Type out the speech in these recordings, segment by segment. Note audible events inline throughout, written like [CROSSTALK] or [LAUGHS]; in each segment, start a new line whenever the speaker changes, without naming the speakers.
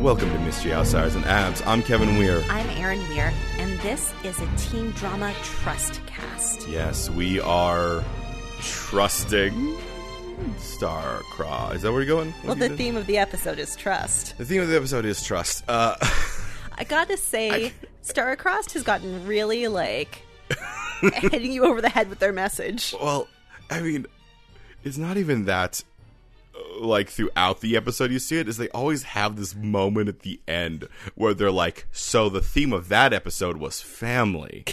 Welcome to Mystery Outsiders and Abs. I'm Kevin Weir.
I'm Erin Weir, and this is a teen drama trust cast.
Yes, we are trusting Starcross. Is that where you're going? What
Well,
you
the
did?
theme of the episode is trust.
The theme of the episode is trust. Uh,
I gotta say, Starcrossed has gotten really like [LAUGHS] hitting you over the head with their message.
well, I mean, it's not even that. uh, Like throughout the episode, you see it is they always have this moment at the end where they're like, "So the theme of that episode was
[LAUGHS]
family,"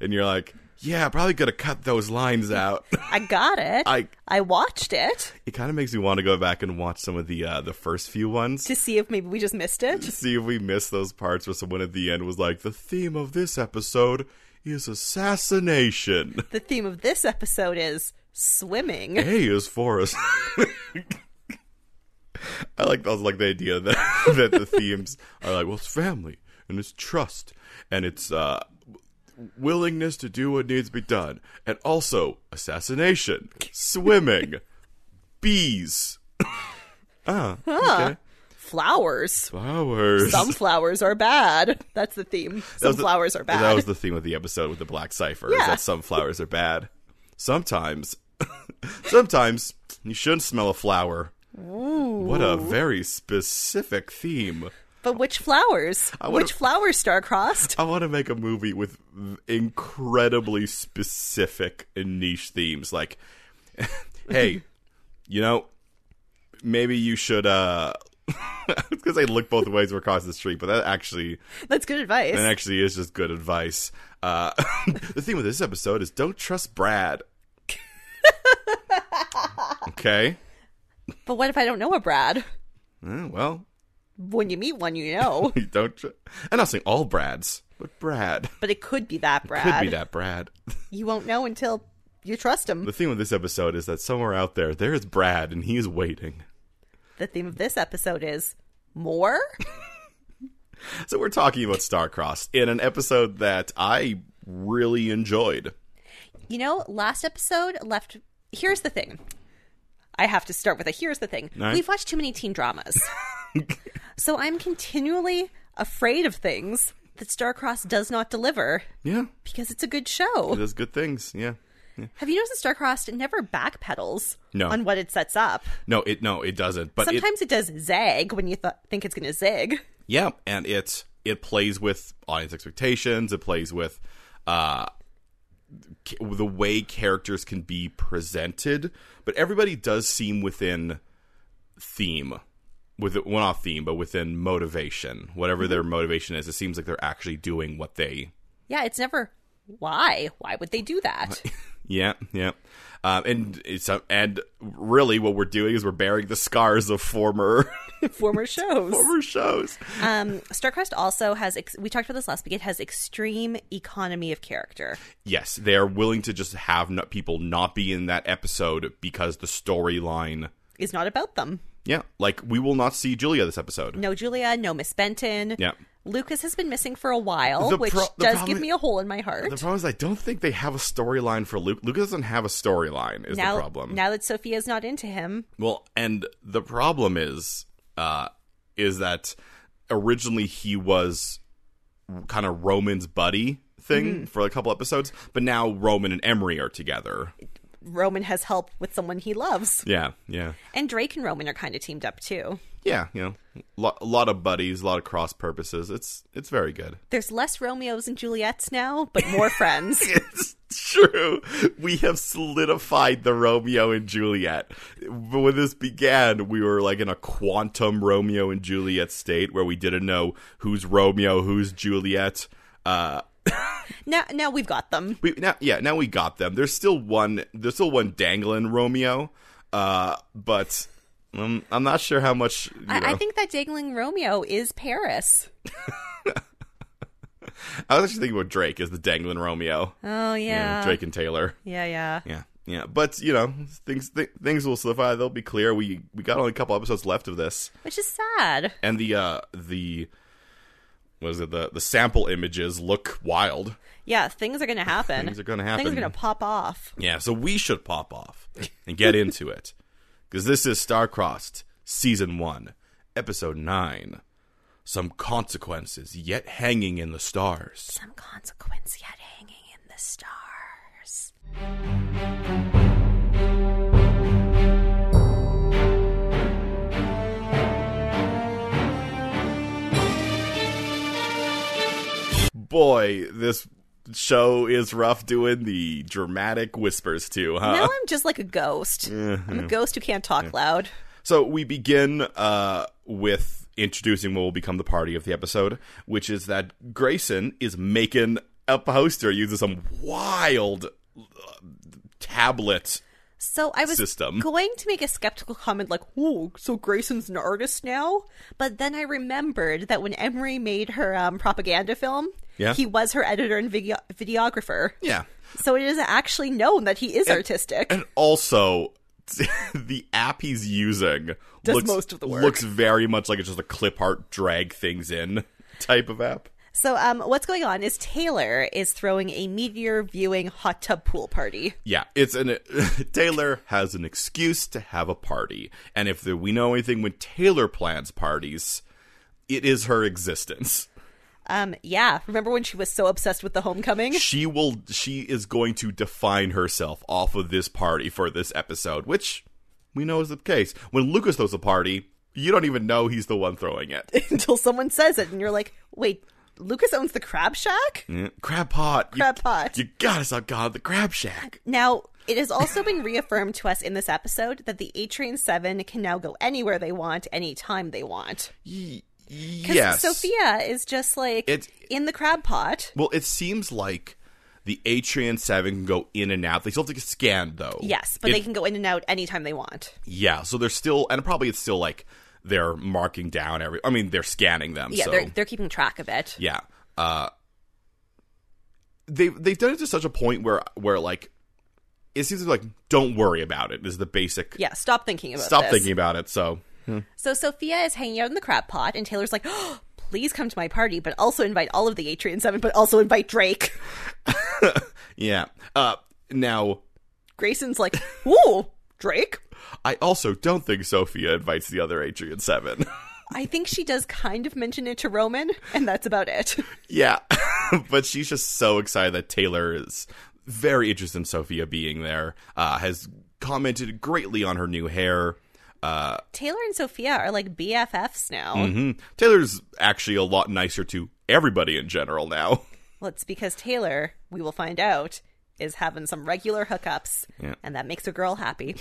and you're like, "Yeah, probably gonna cut those lines out."
I got it.
I
I watched it
it kind of makes me want to go back and watch some of the uh, the first few ones
to see if maybe we just missed
to
it.
see if we miss those parts where someone at the end was like, "The theme of this episode is assassination."
The theme of this episode is swimming.
A is for us. [LAUGHS] I like those, like the idea that [LAUGHS] that the themes are like, well, it's family and it's trust and it's uh, willingness to do what needs to be done, and also assassination, swimming, bees. [LAUGHS] ah, okay.
Flowers.
Flowers.
Some flowers are bad. That's the theme.
That
Some
was the-
flowers are bad.
That was the theme of the episode with the black cipher. Is
Yeah.
that some flowers are bad. Sometimes, [LAUGHS] sometimes you shouldn't smell a flower. What a very specific theme.
But which flowers?
wanna-
Which flowers, [LAUGHS] Starcrossed?
I want to make a movie with incredibly specific and niche themes. Like, [LAUGHS] hey, you know, maybe you should. uh [LAUGHS] I was gonna say look both ways or across the street, but that actually
That's good advice.
That actually is just good advice. Uh, [LAUGHS] the theme of this episode is don't trust Brad. okay.
But what if I don't know a Brad?
Mm, well, [LAUGHS]
When you meet one, you know.
you don't. Tr- I'm not saying all Brads, but Brad
but it could be that Brad.
could be that Brad.
You won't know until you trust him.
The theme of this episode is that somewhere out there, there is Brad, and he is waiting.
The theme of this episode is more.
So we're talking about Starcrossed in an episode that I really enjoyed.
You know, last episode left. Here's the thing. I have to start with a here's the thing.
Alright.
We've watched too many teen dramas. so I'm continually afraid of things that Starcross does not deliver
Yeah,
because it's a good show.
there's good things. Yeah.
Have you noticed that Starcross never backpedals
No.
on what it sets up?
No, it no, it doesn't. But it,
Sometimes it, does zag when you th- think it's going to zig.
Yeah, and it it plays with audience expectations. It plays with uh, ca- the way characters can be presented, but everybody does seem within theme, with well, not theme, but within motivation. Whatever their motivation is, it seems like they're actually doing what they.
Yeah, it's never why. Why would they do that?
Yeah, yeah. Um, and it's uh, and really, what we're doing is we're bearing the scars of former
[LAUGHS]
[LAUGHS]
Former shows.
former shows.
Um, Starcrossed also has. Ex- we talked about this last week. It has extreme economy of character.
yes, they are willing to just have not, people not be in that episode because the storyline.
Is not about them.
Yeah, like we will not see Julia this episode.
No Julia. No Miss Benton.
Yeah.
Lucas has been missing for a while,
The
which
pro- the
does
problem
give
i-
me a hole in my heart.
The problem is, I don't think they have a storyline for Luke. Lucas doesn't have a storyline. Is
now,
the problem?
now that Sophia's not into him,
Well, and the problem is, uh, is that originally he was kind of Roman's buddy
Mm-hmm.
thing for a couple episodes, but now Roman and Emery are together.
Roman has help with someone he loves,
Yeah, yeah.
and Drake and Roman are kind of teamed up too.
Yeah, you know, lo- a lot of buddies, a lot of cross purposes. It's it's very good.
There's less Romeos and Juliets now, but more [LAUGHS] friends.
It's true. We have solidified the Romeo and Juliet. But when this began, we were like in a quantum Romeo and Juliet state where we didn't know who's Romeo, who's Juliet. Uh,
Now, now we've got them.
we now, yeah, now we got them. There's still one. There's still one dangling Romeo, uh, but um, I'm not sure how much. You know.
I, I think that dangling Romeo is Paris.
I was actually thinking about Drake as the dangling Romeo.
Oh yeah,
Drake and Taylor.
yeah, yeah.
Yeah, yeah, but you know, things th- things will solidify. They'll be clear. We we got only a couple episodes left of this,
Which is sad.
and the uh the what is it the the sample images look wild.
Yeah, things are gonna happen.
Things are gonna happen.
Things are gonna pop off.
Yeah, so we should pop off and get into it because this is Starcrossed season one, episode nine, some consequences yet hanging in the stars.
Some consequence yet hanging in the stars.
Boy, this show is rough doing the dramatic whispers too, huh?
Now I'm just like a ghost. I'm a ghost who can't talk loud.
So we begin uh, with introducing what will become the party of the episode, which is that Grayson is making a poster using some wild uh, tablet.
So I was
System.
going to make a skeptical comment like, "Oh, so Grayson's an artist now?" But then I remembered that when Emery made her um, propaganda film,
Yeah.
he was her editor and video- videographer.
Yeah.
So it is actually known that he is artistic.
And also, [LAUGHS] the app he's using
Does
looks,
most of the work.
looks very much like it's just a clip art drag things in type of app.
So um, what's going on is Taylor is throwing a meteor viewing hot tub pool party.
Yeah, it's an [LAUGHS] Taylor has an excuse to have a party, and if the, we know anything when Taylor plans parties, it is her
[LAUGHS]
existence.
Um, yeah, remember when she was so obsessed with the homecoming?
She will. She is going to define herself off of this party for this episode, which we know is the case. When Lucas throws a party, you don't even know he's the one throwing it.
[LAUGHS] [LAUGHS] Until someone says it, and you're like, "Wait, Lucas owns the Crab Shack."
Mm, crab pot. you-
Crab pot.
You gotta stop God the crab shack.
Now, it has also been reaffirmed to us in this episode that the A Train 7 can now go anywhere they want, anytime they want.
Y-
Because
yes.
Sophia is just like
It-
in the crab pot.
Well, it seems like the Atrian Seven can go in and out. They still have to get scanned, though.
Yes, but
It-
they can go in and out anytime they want.
yeah. So they're still, and probably it's still like they're marking down every. I mean, they're scanning them.
Yeah,
so
they're, they're keeping track of it.
yeah. Uh, they they've done it to such a point where where like it seems like don't worry about it is the basic.
Yeah, stop thinking about
Stop
this.
thinking about it. So
So Sophia is hanging out in the crab pot, and Taylor's like, oh, please come to my party, but also invite all of the A Train 7, but also invite Drake. [LAUGHS]
yeah. Uh, now
Grayson's like, ooh, Drake?
I also don't think Sophia invites the other Atrian Seven.
I think she does kind of mention it to Roman, and that's about it. [LAUGHS]
Yeah, [LAUGHS] but she's just so excited that Taylor is very interested in Sophia being there. Uh, has commented greatly on her new hair. Uh,
Taylor and Sophia are like BFFs now.
hmm. Taylor's actually a lot nicer to everybody in general now. [LAUGHS]
Well, it's because Taylor, we will find out, is having some regular hookups,
Yeah.
and that makes a girl happy.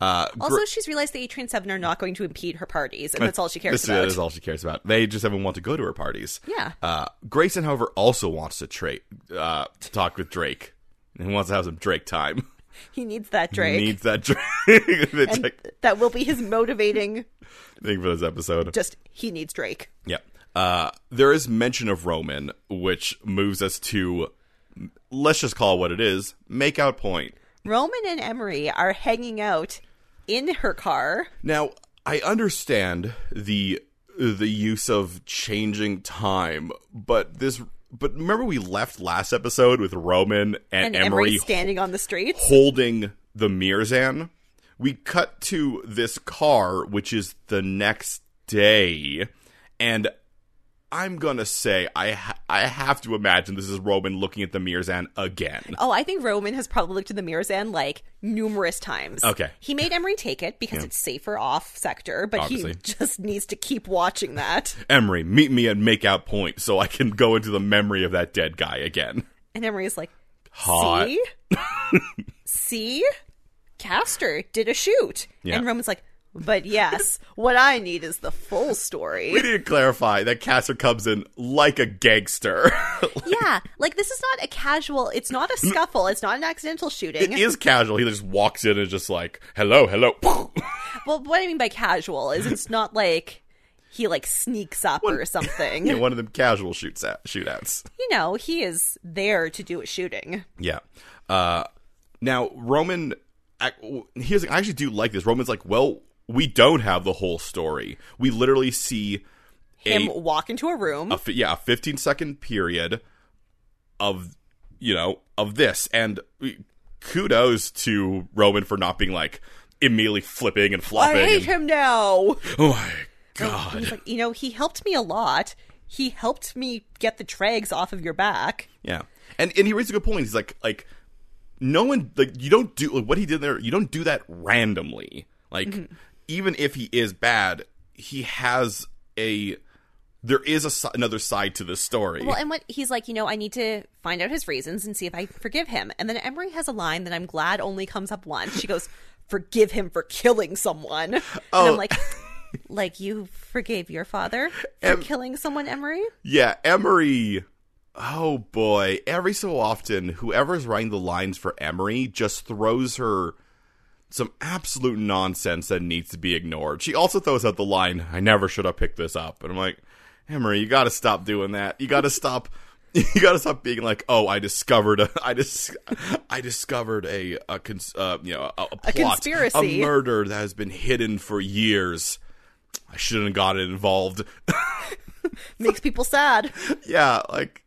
Uh,
Also, she's realized the A Train Seven are not going to impede her parties, and that's all she cares
this
about.
is all she cares about. They just haven't want to go to her parties.
Yeah.
Uh, Grayson, however, also wants to tra- uh, to talk with Drake and wants to have some Drake time. [LAUGHS]
He needs that Drake.
Needs that Drake. [LAUGHS] the
and
Drake
that will be his motivating.
thing for this episode.
Just he needs Drake.
Yeah. Uh, there is mention of Roman, which moves us to let's just call it what it is make out point.
Roman and Emery are hanging out in her car.
Now, I understand the the use of changing time, but this but remember we left last episode with Roman and,
And
Emery
Emery's standing on the street.
holding the Mirzan. We cut to this car, which is the next day, and I'm gonna say I ha- I have to imagine this is Roman looking at the Mirzan again.
Oh, I think Roman has probably looked in the mirrors and like numerous times.
Okay.
He made Emery take it because it's safer off sector, but
Obviously.
he just needs to keep watching that.
Emery, meet me at Makeout Point so I can go into the memory of that dead guy again.
And Emery's like,
Hot.
see? see? Caster did a shoot.
Yeah.
And Roman's like, but yes, what I need is the full story.
We need to clarify that Caster comes in like a gangster. [LAUGHS]
yeah. Like, this is not a casual, it's not a scuffle, it's not an accidental shooting.
it is casual. He just walks in and is just like, hello, [LAUGHS] hello.
well, what I mean by casual is it's not like he like sneaks up or something.
in one of them casual shoots at, shootouts.
you know, he is there to do a shooting.
Yeah. Uh, now Roman, I, w- here's I actually do like this. Roman's like, well, we don't have the whole story. We literally see
Him
a,
walk into a room.
a fi- yeah a 15 second period of you know of this, and we- kudos to Roman for not being like immediately flipping and
I
flopping.
hate
and-
him now.
oh my God.
He's like, you know, he helped me a lot. He helped me get the trags off of your back.
Yeah, and and he raised a good point. He's like like no one like you don't do like, what he did there. You don't do that randomly. Like even if he is bad, he has a there is a si- another side to this story.
Well, and what he's like, you know, I need to find out his reasons and see if I can forgive him. And then Emery has a line that I'm glad only comes up once. She goes, "Forgive him for killing someone." And
Oh. [LAUGHS]
I'm like, like you forgave your father for killing someone, Emery?
yeah, Emery. Oh boy! Every so often, whoever's writing the lines for Emery just throws her some absolute nonsense that needs to be ignored. She also throws out the line, "I never should have picked this up," and I'm like, Emery, you got to stop doing that. You got to stop. [LAUGHS] You got to stop being like, "Oh, I discovered a, I dis, I discovered a, a cons, uh, you know, a, a plot,
conspiracy.
a murder that has been hidden for years. I shouldn't have gotten involved." [LAUGHS]
Makes
[SIGHS]
people sad.
yeah, like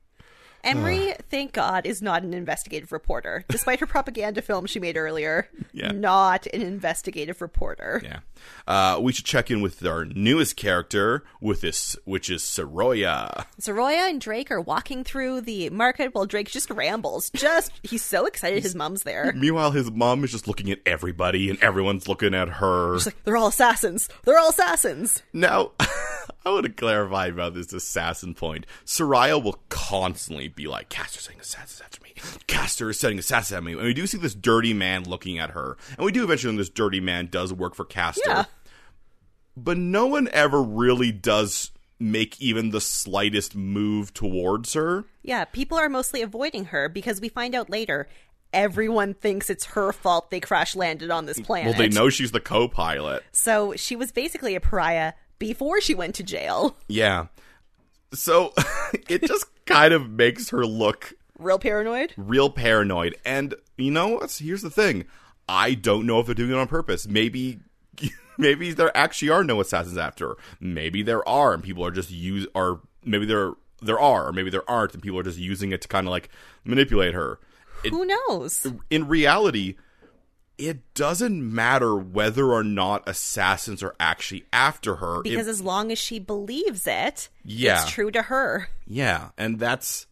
Emery, thank God, is not an investigative reporter, despite her propaganda film she made earlier.
Yeah.
Not an investigative reporter.
Yeah. Uh, we should check in with our newest character with this which is Soroya.
Soroya and Drake are walking through the market while Drake just rambles. Just he's so excited his mom's there.
Meanwhile, his mom is just looking at everybody and everyone's looking at her.
She's like, they're all assassins. They're all assassins.
Now, [LAUGHS] I want to clarify about this assassin point. Soraya will constantly be like, Caster's setting assassins after me. Caster is setting assassins at me. And we do see this dirty man looking at her. And we do eventually learn this dirty man does work for Caster.
Yeah.
But no one ever really does make even the slightest move towards her.
Yeah, people are mostly avoiding her because we find out later everyone thinks it's her fault they crash landed on this planet.
Well, they know she's the co pilot.
So she was basically a pariah before she went to jail.
Yeah. So [LAUGHS] it just kind of makes her look
Real paranoid.
real paranoid. And you know what? Here's the thing I don't know if they're doing it on purpose. Maybe. [LAUGHS] Maybe there actually are no assassins after. her. Maybe there are, and people are just use. Or maybe there there are, or maybe there aren't, and people are just using it to kind of like manipulate her. It,
Who knows?
in reality, it doesn't matter whether or not assassins are actually after her. It
Because as long as she believes it,
Yeah.
it's true to her.
Yeah, and that's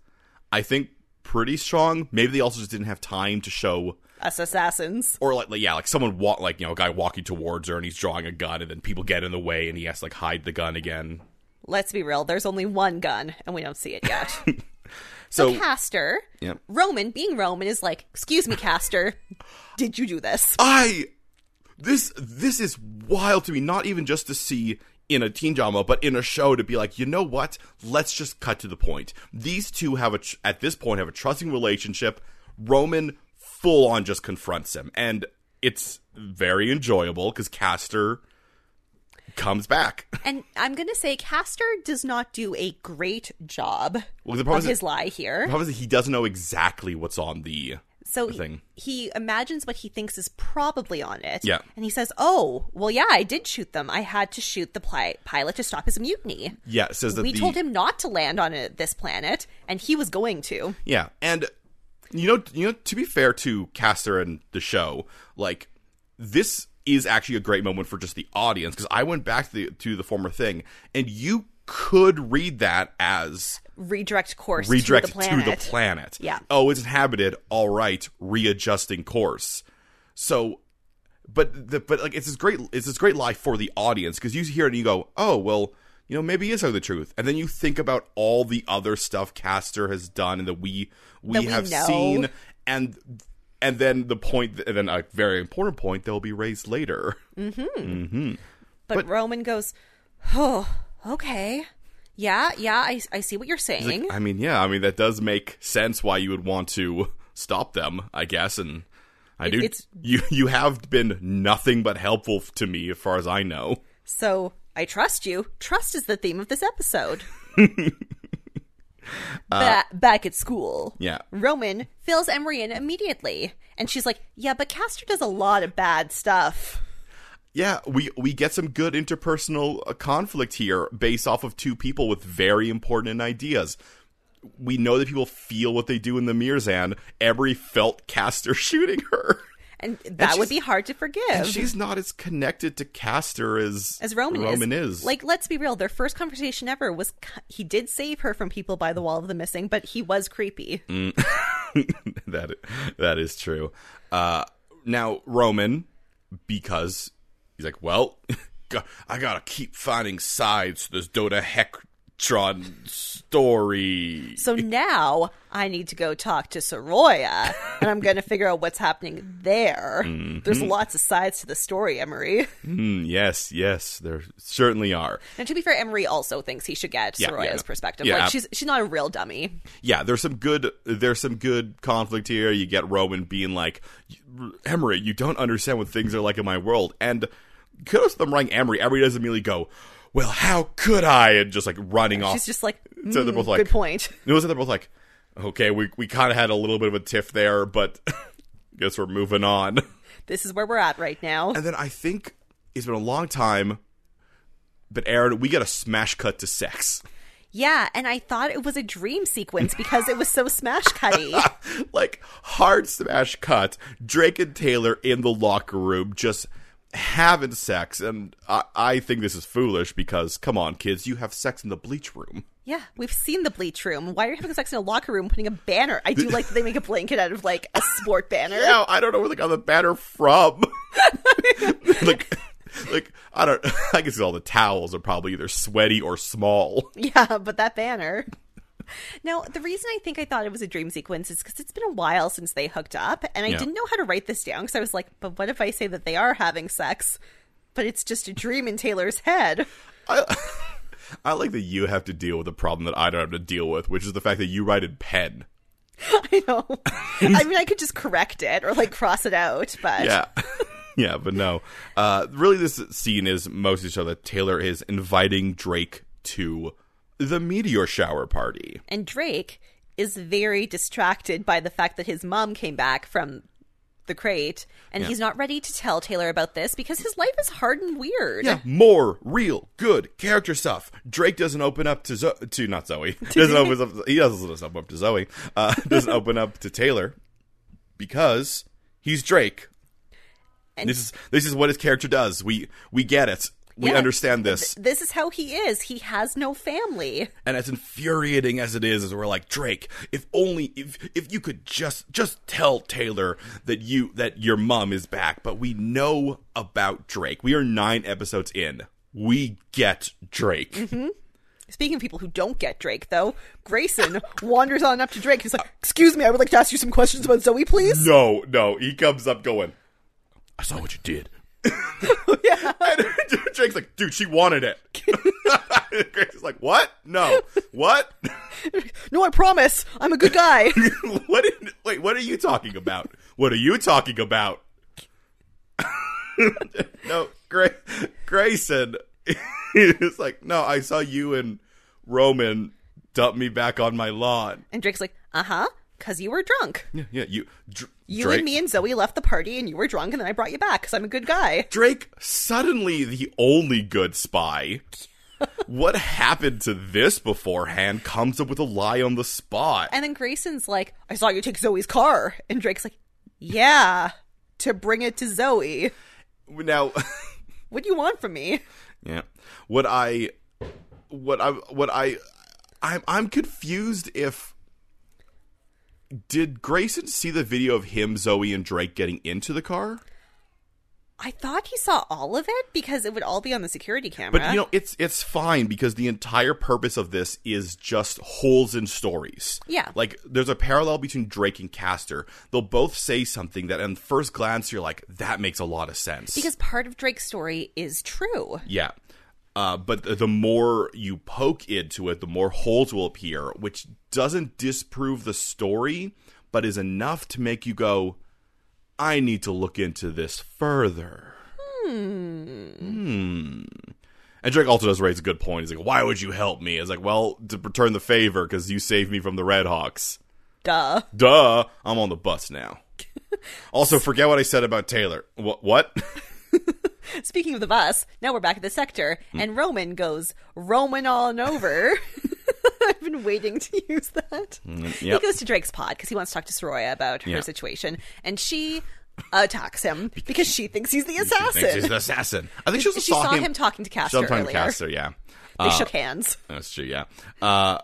I think pretty strong. Maybe they also just didn't have time to show
Us assassins.
or like, like, yeah, like someone walk like, you know, a guy walking towards her and he's drawing a gun and then people get in the way and he has to like hide the gun again.
Let's be real, there's only one gun and we don't see
[LAUGHS]
it yet.
So
Caster,
Yep.
Roman, being Roman, is like, Excuse me, Caster, did you do this?
I this this is wild to me, not even just to see in a teen drama, but in a show to be like, you know what? Let's just cut to the point. These two have a tr- at this point have a trusting relationship. Roman full on just confronts him, and it's very enjoyable because Caster comes back.
And I'm going to say, Caster does not do a great job
Well, the problem
of
is,
his
the
lie here.
problem is he doesn't know exactly what's on the.
So
the
he-
thing.
he imagines what he thinks is probably on it.
Yeah.
And he says, Oh, well, yeah, I did shoot them. I had to shoot the pli- pilot to stop his mutiny.
Yeah, it says that
we
the,
told him not to land on it this planet, and he was going to.
Yeah, and you know, you know, to be fair to Caster and the show, like this is actually a great moment for just the audience because I went back to the, to the former thing, and you could read that as
Redirect course
redirect
to the planet.
planet.
Yeah.
Oh, it's inhabited. All right, readjusting course. So, but the, but like it's this great it's this great lie for the audience because you hear it and you go, oh well, you know maybe it is the truth, and then you think about all the other stuff Caster has done and that we we
That we
have
know.
seen and. And then the point, and then a very important point that will be raised later. [LAUGHS]
but, Roman goes, Oh, okay. Yeah, yeah, I, I see what you're saying.
I mean, yeah, I mean that does make sense why you would want to stop them, I guess, and I do.
it's-
you you have been nothing but helpful f- to me, as far as I know.
so I trust you. Trust is the theme of
[LAUGHS]
this episode.
Uh,
ba- back at school.
Yeah.
Roman fills Emery in immediately. And she's like, Yeah, but Castor does a lot of bad stuff.
Yeah, we we get some good interpersonal uh, conflict here, based off of two people with very important ideas. We know that people feel what they do in the Mirzan. Emery felt Castor [LAUGHS] shooting her.
and that
she's-
would be hard to forgive.
And she's not as connected to Castor as
as Roman,
is.
Like, let's be real. Their first conversation ever was ki- he did save her from people by the wall of the missing, but he was creepy.
[LAUGHS] that that is true. Uh, now Roman, because he's like, well, [LAUGHS] go- I gotta keep finding sides to this dodecahedron story.
So now I need to go talk to Soroya, and I'm going to figure out what's happening there.
Mm-hmm.
There's lots of sides to the story, Emery.
Mm, yes, yes, there certainly are.
And to be fair, Emery also thinks he should get
Yeah, yeah, no.
Soroya's perspective.
Yeah, ab-
Like she's she's not a real dummy.
Yeah, there's some good there's some good conflict here. You get Roman being like, Emery, you don't understand what things are like in my world, and kudos to them writing Emery. Emery doesn't immediately go. Well, how could I? And just like running off.
She's just like,
Oh. So they're
"Mm,
both like-
good point. [LAUGHS]
It was they're both like, okay, we we kind of had a little bit of a tiff there, but [LAUGHS] guess we're moving on. [LAUGHS]
This is where we're at right now.
And then I think it's been a long time, but Aaron, we get a smash cut to sex. [LAUGHS]
Yeah, and I thought it was a dream sequence because it was so
[LAUGHS]
smash cutty.
like hard smash cut. Drake and Taylor in the locker room just having sex, and I, I think this is foolish because come on, kids, you have sex in the bleach room.
Yeah, we've seen the bleach room. Why are you having sex in a locker room putting a banner? I do like that they make a blanket out of like a sport banner.
Yeah, I don't know where they got the banner [LAUGHS] from. like, like I don't. [LAUGHS] I guess all the towels are probably either sweaty or small.
Yeah, [LAUGHS] but that banner. Now, the reason I think I thought it was a dream sequence is because it's been a while since they hooked up, and I
Yeah.
didn't know how to write this down because I was like, but what if I say that they are having sex, but it's just a dream in Taylor's head? [LAUGHS]
I, I like that you have to deal with a problem that I don't have to deal with, which is the fact that you write in pen.
I know.
[LAUGHS]
I mean, I could just correct it or like cross it out, but
Yeah. [LAUGHS] Yeah, but no. Uh, really, this scene is mostly so that Taylor is inviting Drake to the meteor shower party.
And Drake is very distracted by the fact that his mom came back from the crate and he's not ready to tell Taylor about this because his life is hard and weird.
Yeah, more real, good character stuff. Drake doesn't open up to Zo- to not Zoe. [LAUGHS] doesn't open up. He doesn't open up to Zoe. Uh, [LAUGHS] doesn't open up to Taylor because he's Drake.
And-
this is this is what his character does. We we get it. We
Yeah.
understand this,
This is how he is. He has no family.
and as infuriating as it is, as we're like Drake. If only if if you could just just tell Taylor that you that your mom is back. But we know about Drake. We are nine episodes in. We get Drake.
Speaking of people who don't get Drake, though, Grayson wanders on up to Drake. He's like, Excuse me, I would like to ask you some questions about
[LAUGHS]
Zoe, please.
No, no. He comes up going, I saw what you did. [LAUGHS] and [LAUGHS] Drake's like, dude, she wanted [LAUGHS] it. Grace's like, what? No. What? [LAUGHS]
No, I promise. I'm a good guy.
what? Did, wait, what are you talking about? What are you talking about? [LAUGHS] no, Gra- Grayson [LAUGHS] is like, no, I saw you and Roman dump me back on my lawn.
and Drake's like, Uh huh, because you were drunk.
Yeah, yeah you. Dr-
You
Drake-
and me and Zoe left the party and you were drunk, and then I brought you back because I'm a good guy.
Drake suddenly the only good spy. what happened to this beforehand comes up with a lie on the spot.
And then Grayson's like, I saw you take Zoe's car. And Drake's like, Yeah, to bring it to Zoe.
now, [LAUGHS]
What do you want from me?
yeah. What I what I what I I'm I'm confused if did Grayson see the video of him, Zoe, and Drake getting into the car?
I thought he saw all of it because it would all be on the security camera.
But you know, it's it's fine because the entire purpose of this is just holes in stories.
Yeah.
Like there's a parallel between Drake and Castor. They'll both say something that on first glance you're like, that makes a lot of sense.
because part of Drake's story is true.
Yeah. Uh, but the- the more you poke into it, the more holes will appear, which doesn't disprove the story, but is enough to make you go, I need to look into this further. Hmm.
Hmm.
And Drake also does raise a good point. He's like, Why would you help me? It's like, Well, to return the favor, because you saved me from the Red Hawks.
Duh.
Duh, I'm on the bus
[LAUGHS]
now. also, forget what I said about Taylor. Wh- what?
Speaking of the bus, now we're back at the sector,
Hmm.
and Roman goes Roman on over. [LAUGHS] I've been waiting to use that.
Mm, yep.
He goes to Drake's pod because he wants to talk to Soraya about her
Yeah.
situation, and she attacks him because she thinks he's the
She thinks he's
assassin.
the assassin. I think she also
She
saw,
saw him talking to Castor
sometime
earlier.
Castor, yeah. Uh, Ah.
They shook hands. [LAUGHS]
That's true, yeah. Uh,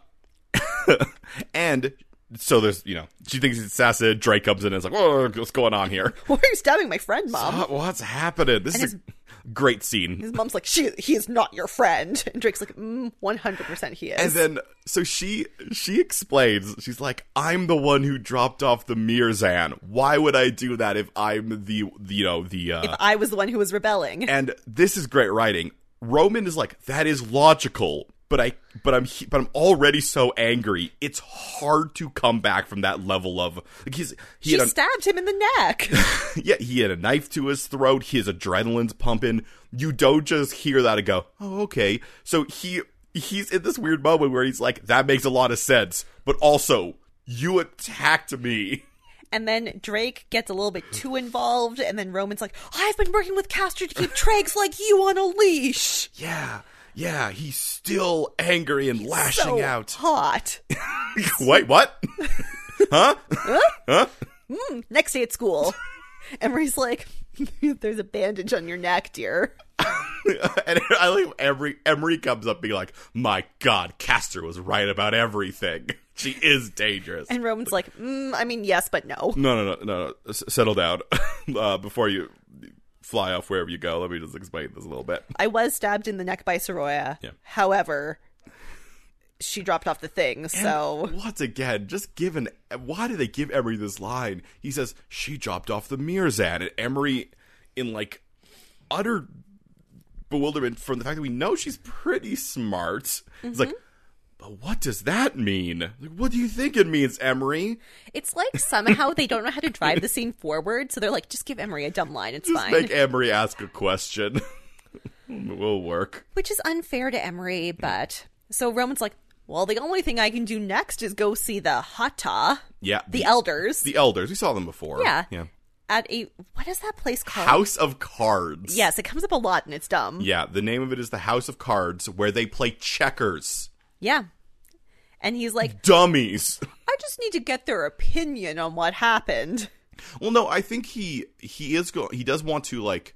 [LAUGHS] and so there's, you know, she thinks it's assassin. Drake comes in and is like, whoa, what's going on here?
Why are you stabbing my friend, mom?
What- what's happening? This is a great scene.
His mom's like, she, he is not your friend. And Drake's like, mm, 100% he is.
And then, so she she explains. She's like, "I'm the one who dropped off the Mirzan. Why would I do that if I'm the, the you know the?" Uh,
I was the one who was rebelling.
and this is great writing. Roman is like, "That is logical," but I but I'm he- but I'm already so angry. It's hard to come back from that level of like he's he
she
had a,
stabbed him in the
[LAUGHS]
neck.
yeah he had a knife to his throat. His adrenaline's pumping. You don't just hear that and go, "Oh, okay." So he he's in this weird moment where he's like, "That makes a lot of sense," but also you attacked me.
and then Drake gets a little bit too involved. And then Roman's like, I've been working with Castor to keep Trags like you on a leash.
Yeah. Yeah, he's still angry and lashing
So [LAUGHS]
out.
hot.
Wait, what?
Mm, Next day at
[LAUGHS]
school, Emery's like, [LAUGHS] there's a bandage on your neck, dear.
[LAUGHS] and I like every Emery comes up being like, "My God, Castor was right about everything. [LAUGHS] She is dangerous."
And Roman's like, mm, I mean, yes, but no.
no, no, no, no, no. S- settle down [LAUGHS] uh, before you fly off wherever you go. Let me just explain this a little bit.
I was stabbed in the neck by Soroya.
Yeah.
However, she dropped off the thing, so
Once again, just given why do they give Emery this line? He says she dropped off the Mirzan, and Emery, in like utter bewilderment from the fact that we know she's pretty smart,
Mm-hmm.
is like, "But what does that mean? Like, what do you think it means, Emery?
it's like somehow they don't know how to drive the scene forward, so they're like, just give Emery a dumb line, it's
Just
fine.
make Emery ask a question. [LAUGHS] it will work."
Which is unfair to Emery,
Mm-hmm.
but so Roman's like, well, the only thing I can do next is go see the Hata,
Yeah,
the elders,
the elders. We saw them before.
Yeah.
yeah.
at a what is that place called?
House of Cards.
Yes, it comes up a lot and it's dumb.
Yeah, the name of it is the House of Cards, where they play checkers.
yeah. And he's like,
Dummies. [LAUGHS]
I just need to get their opinion on what happened.
Well, no, I think he he is go he does want to like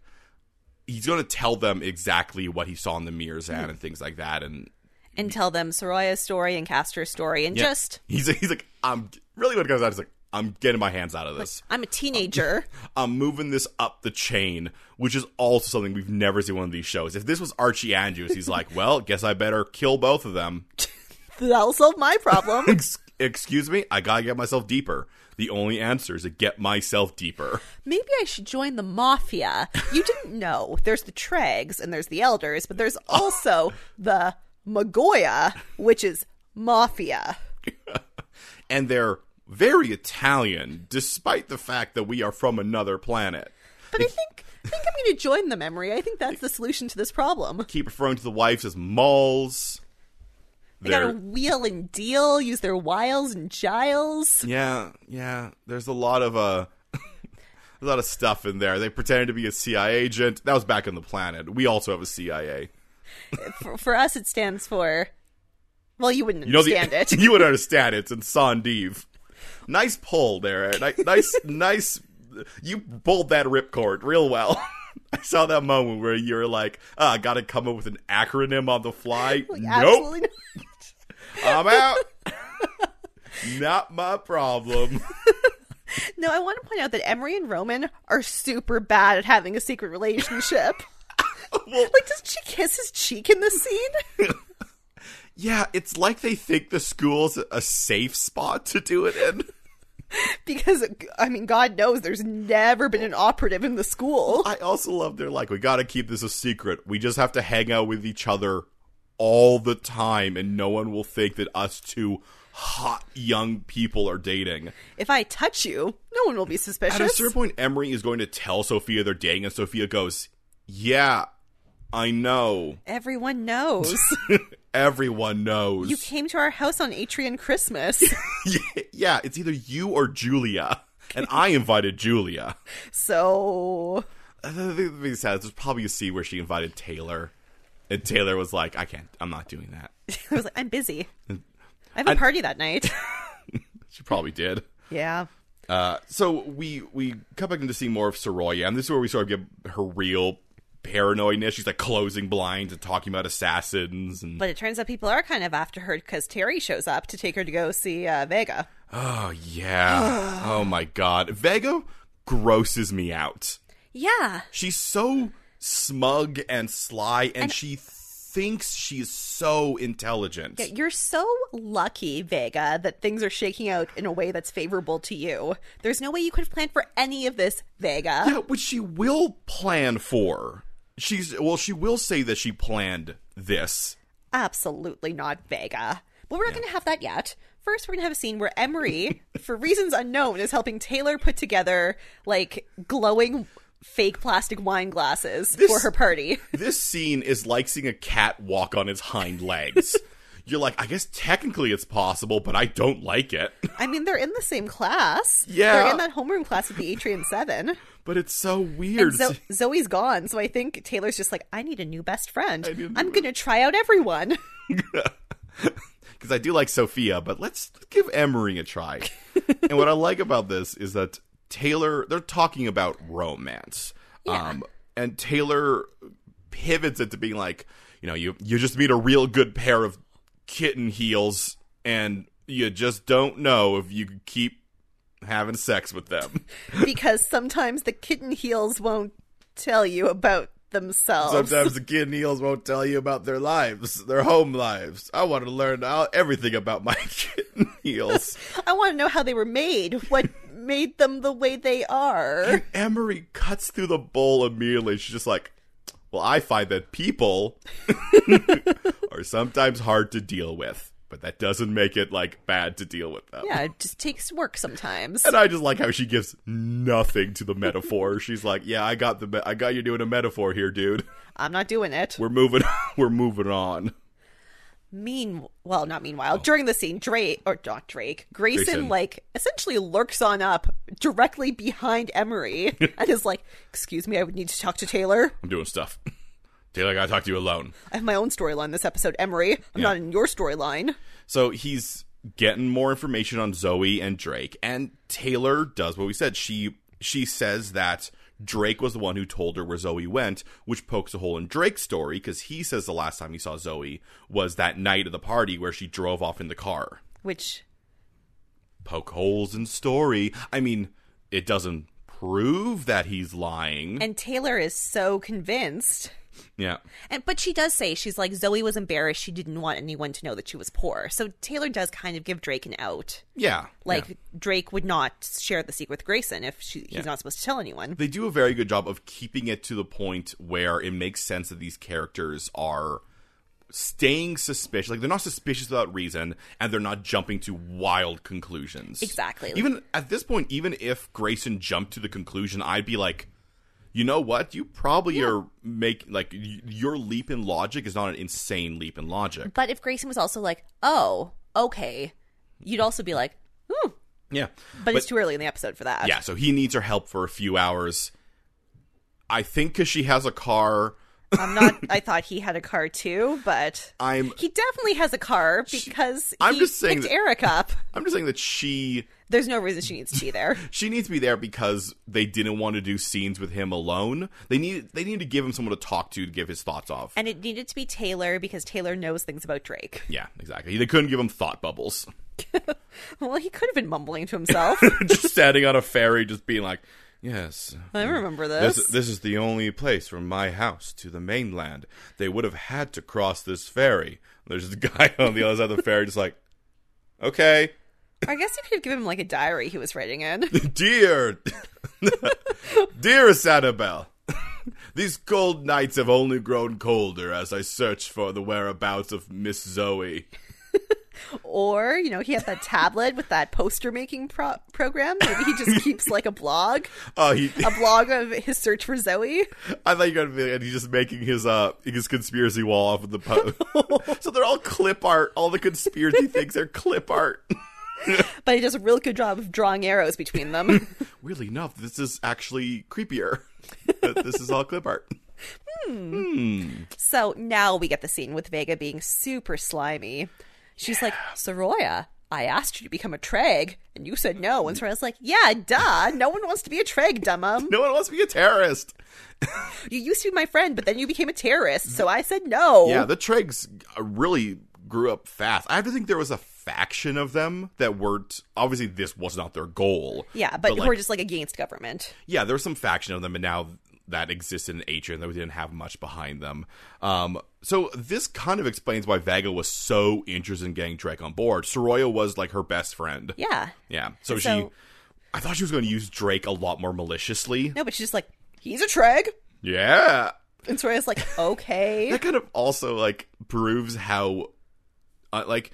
he's going to tell them exactly what he saw in the mirrors and, and things like that and
and tell them Soroya's story and Castor's story and just
he's he's like I'm really what it comes out is like I'm getting my hands out of this.
I'm
[LAUGHS]
a teenager.
I'm moving this up the chain, which is also something we've never seen in one of these shows. If this was Archie Andrews, he's like, [LAUGHS] "Well, guess I better kill both of them." [LAUGHS]
That'll solve my problem.
Ex- excuse me, I gotta get myself deeper. The only answer is to get myself deeper.
Maybe I should join the mafia.
[LAUGHS]
You didn't know. There's the Tregs and there's the Elders, but there's also the Magoya, which is mafia.
and they're very Italian, despite the fact that we are from another planet.
But I think I think I'm going to join the memory. I think that's the solution to this problem.
Keep referring to the wives as malls.
They got to
They're,
wheel and deal, use their wiles and giles.
yeah, yeah. There's a lot of uh, [LAUGHS] a lot of stuff in there. They pretended to be a CIA agent. That was back on the planet. We also have a CIA.
For, for us, it stands for. Well, you wouldn't
You know the- [LAUGHS]
understand it.
you would understand it. It's in Sandiv. Nice pull there. Aaron. Ni-
[LAUGHS]
Nice, nice. You pulled that ripcord real well. [LAUGHS] I saw that moment where you're like, ah, I gotta come up with an acronym on the
[LAUGHS]
fly. nope,
Absolutely not.
I'm
[LAUGHS]
out. Not my problem.
[LAUGHS] No, I want to point out that Emery and Roman are super bad at having a
[LAUGHS]
secret relationship. [LAUGHS] like, doesn't she kiss his cheek in this scene? [LAUGHS]
Yeah, it's like they think the school's a safe spot to do it in.
Because, I mean, God knows there's never been an operative in the school.
I also love they're like, we gotta keep this a secret. We just have to hang out with each other all the time, and no one will think that us two hot young people are dating.
If I touch you, no one will be
At a
suspicious.
certain point, Emery is going to tell Sophia they're dating, and Sophia goes, Yeah, I know. [LAUGHS]
Everyone knows.
Everyone knows. [LAUGHS]
you came to our house on Atrian Christmas.
yeah, it's either you or Julia. And I invited Julia.
so, [LAUGHS]
I think the thing sad there's probably a scene where she invited Taylor. And Taylor was like, I can't, I'm not doing that. [LAUGHS]
I was like, I'm busy. I have a party that night.
She probably did.
yeah.
Uh, so we we come back in to see more of Soraya, and this is where we sort of get her real paranoidness. She's like closing blinds and talking about assassins, and
But it turns out people are kind of after her because Terry shows up to take her to go see uh, Vega.
oh yeah, oh my god, Vega grosses me out.
Yeah.
She's so smug and sly, and, she thinks she's so intelligent.
You're so lucky, Vega, that things are shaking out in a way that's favorable to you. There's no way you could have planned for any of this, Vega.
Yeah, which she will plan for. She's well, she will say that she planned this.
Absolutely not Vega. But we're not going to have that yet. First, we're going to have a scene where Emery, for reasons unknown, is helping Taylor put together like glowing fake plastic wine glasses for her party.
This scene is like seeing a cat walk on its hind legs. You're like, I guess technically it's possible, but I don't like it.
I mean, they're in the same class.
Yeah.
They're in that homeroom class at the Atrium 7.
But it's so
And
weird.
Zo- Zoe's gone, so I think Taylor's just like, I need a new best friend.
need a new
I'm going to try out everyone.
because I do like Sophia, but let's give Emery a try. and what I like about this is that Taylor, they're talking about romance, um, and Taylor pivots it to being like, you know, you you just need a real good pair of kitten heels, and you just don't know if you could keep having sex with them.
because sometimes the kitten heels won't tell you about themselves.
Sometimes the kitten heels won't tell you about their lives, their home lives. I want to learn all, everything about my [LAUGHS] kitten heels.
I want to know how they were made. What made them the way they are?
Emery cuts through the bowl immediately. She's just like, Well, I find that people [LAUGHS] are sometimes hard to deal with, but that doesn't make it like bad to deal with them.
Yeah, it just takes work sometimes.
And I just like how she gives nothing to the metaphor. She's like, "Yeah, I got the me- I got you doing a metaphor here, dude.
I'm not doing it.
We're moving [LAUGHS] we're moving on."
Mean, well, not meanwhile. During the scene, Drake or not Drake, Grayson,
Oh. Grayson.
like essentially lurks on up directly behind
[LAUGHS]
Emery and is like, "Excuse me, I would need to talk to Taylor.
I'm doing stuff. Taylor, I got to talk to you alone.
I have my own storyline this episode, Emery. I'm
Yeah.
not in your storyline."
So he's getting more information on Zoe and Drake, and Taylor does what we said. She she says that Drake was the one who told her where Zoe went, which pokes a hole in Drake's story because he says the last time he saw Zoe was that night of the party where she drove off in the car.
Which
Poke holes in story. I mean, it doesn't prove that he's lying.
and Taylor is so convinced.
yeah.
And but she does say she's like Zoe was embarrassed. She didn't want anyone to know that she was poor. So Taylor does kind of give Drake an out.
Yeah.
Like
Yeah.
Drake would not share the secret with Grayson if she, he's
Yeah.
not supposed to tell anyone.
they do a very good job of keeping it to the point where it makes sense that these characters are staying suspicious like they're not suspicious without reason and they're not jumping to wild conclusions
Exactly.
even at this point even if grayson jumped to the conclusion i'd be like you know what you probably are make like y- your leap in logic is not an insane leap in logic
But if Grayson was also like, "Oh, okay," you'd also be like, "Hmm."
yeah
But, it's too early in the episode for that.
Yeah, so he needs her help for a few hours i think because she has a car
I'm not. I thought he had a car too, but
i'm
he definitely has a car because
I'm
he
just saying
picked
that-
Eric up.
i'm just saying that she
There's no reason she needs to be there.
she needs to be there because they didn't want to do scenes with him alone. They need they need to give him someone to talk to to give his thoughts off.
And it needed to be Taylor because Taylor knows things about Drake.
yeah, exactly. They couldn't give him thought bubbles. [LAUGHS]
Well, he could have been mumbling to himself.
just standing on a ferry, just being like, "Yes,
I remember this.
Mm. this this is the only place from my house to the mainland. They would have had to cross this ferry." There's a guy [LAUGHS] on the other side of the ferry, just like, "Okay,
[LAUGHS] I guess you could have given him like a diary he was writing in. [LAUGHS]
dear, [LAUGHS] dearest Annabelle, [LAUGHS] these cold nights have only grown colder as I search for the whereabouts of Miss Zoe.
or, you know, he had that tablet with that poster making pro- program. Maybe he
[LAUGHS]
just keeps like a blog,
Oh, he.
a blog of his search for Zoe.
I thought you were gonna be like, he's just making his uh his conspiracy wall off of the po- [LAUGHS] so they're all clip art. All the conspiracy things are clip art.
But he does a real good job of drawing arrows between them.
[LAUGHS] Weirdly enough, this is actually creepier. That this is all clip art.
so now we get the scene with Vega being super slimy. She's like, Soroya, I asked you to become a Treg, and you said no. And so I was like, yeah, duh. No one wants to be a Treg, dumbum.
No one wants to be a terrorist.
You used to be my friend, but then you became a terrorist. So I said no.
Yeah, the Tregs uh, really grew up fast. I have to think there was a faction of them that weren't obviously this was not their goal.
Yeah, but,
like,
we're just like against government.
yeah, there was some faction of them, and now that existed in Atria, and that we didn't have much behind them. Um, so this kind of explains why Vaga was so interested in getting Drake on board. Soroya was like her best friend.
Yeah.
Yeah. So, she,
So-
I thought she was going to use Drake a lot more maliciously.
No, but she's just like, he's a Treg.
Yeah.
And Soraya's like, okay.
[LAUGHS] That kind of also like proves how, uh, like,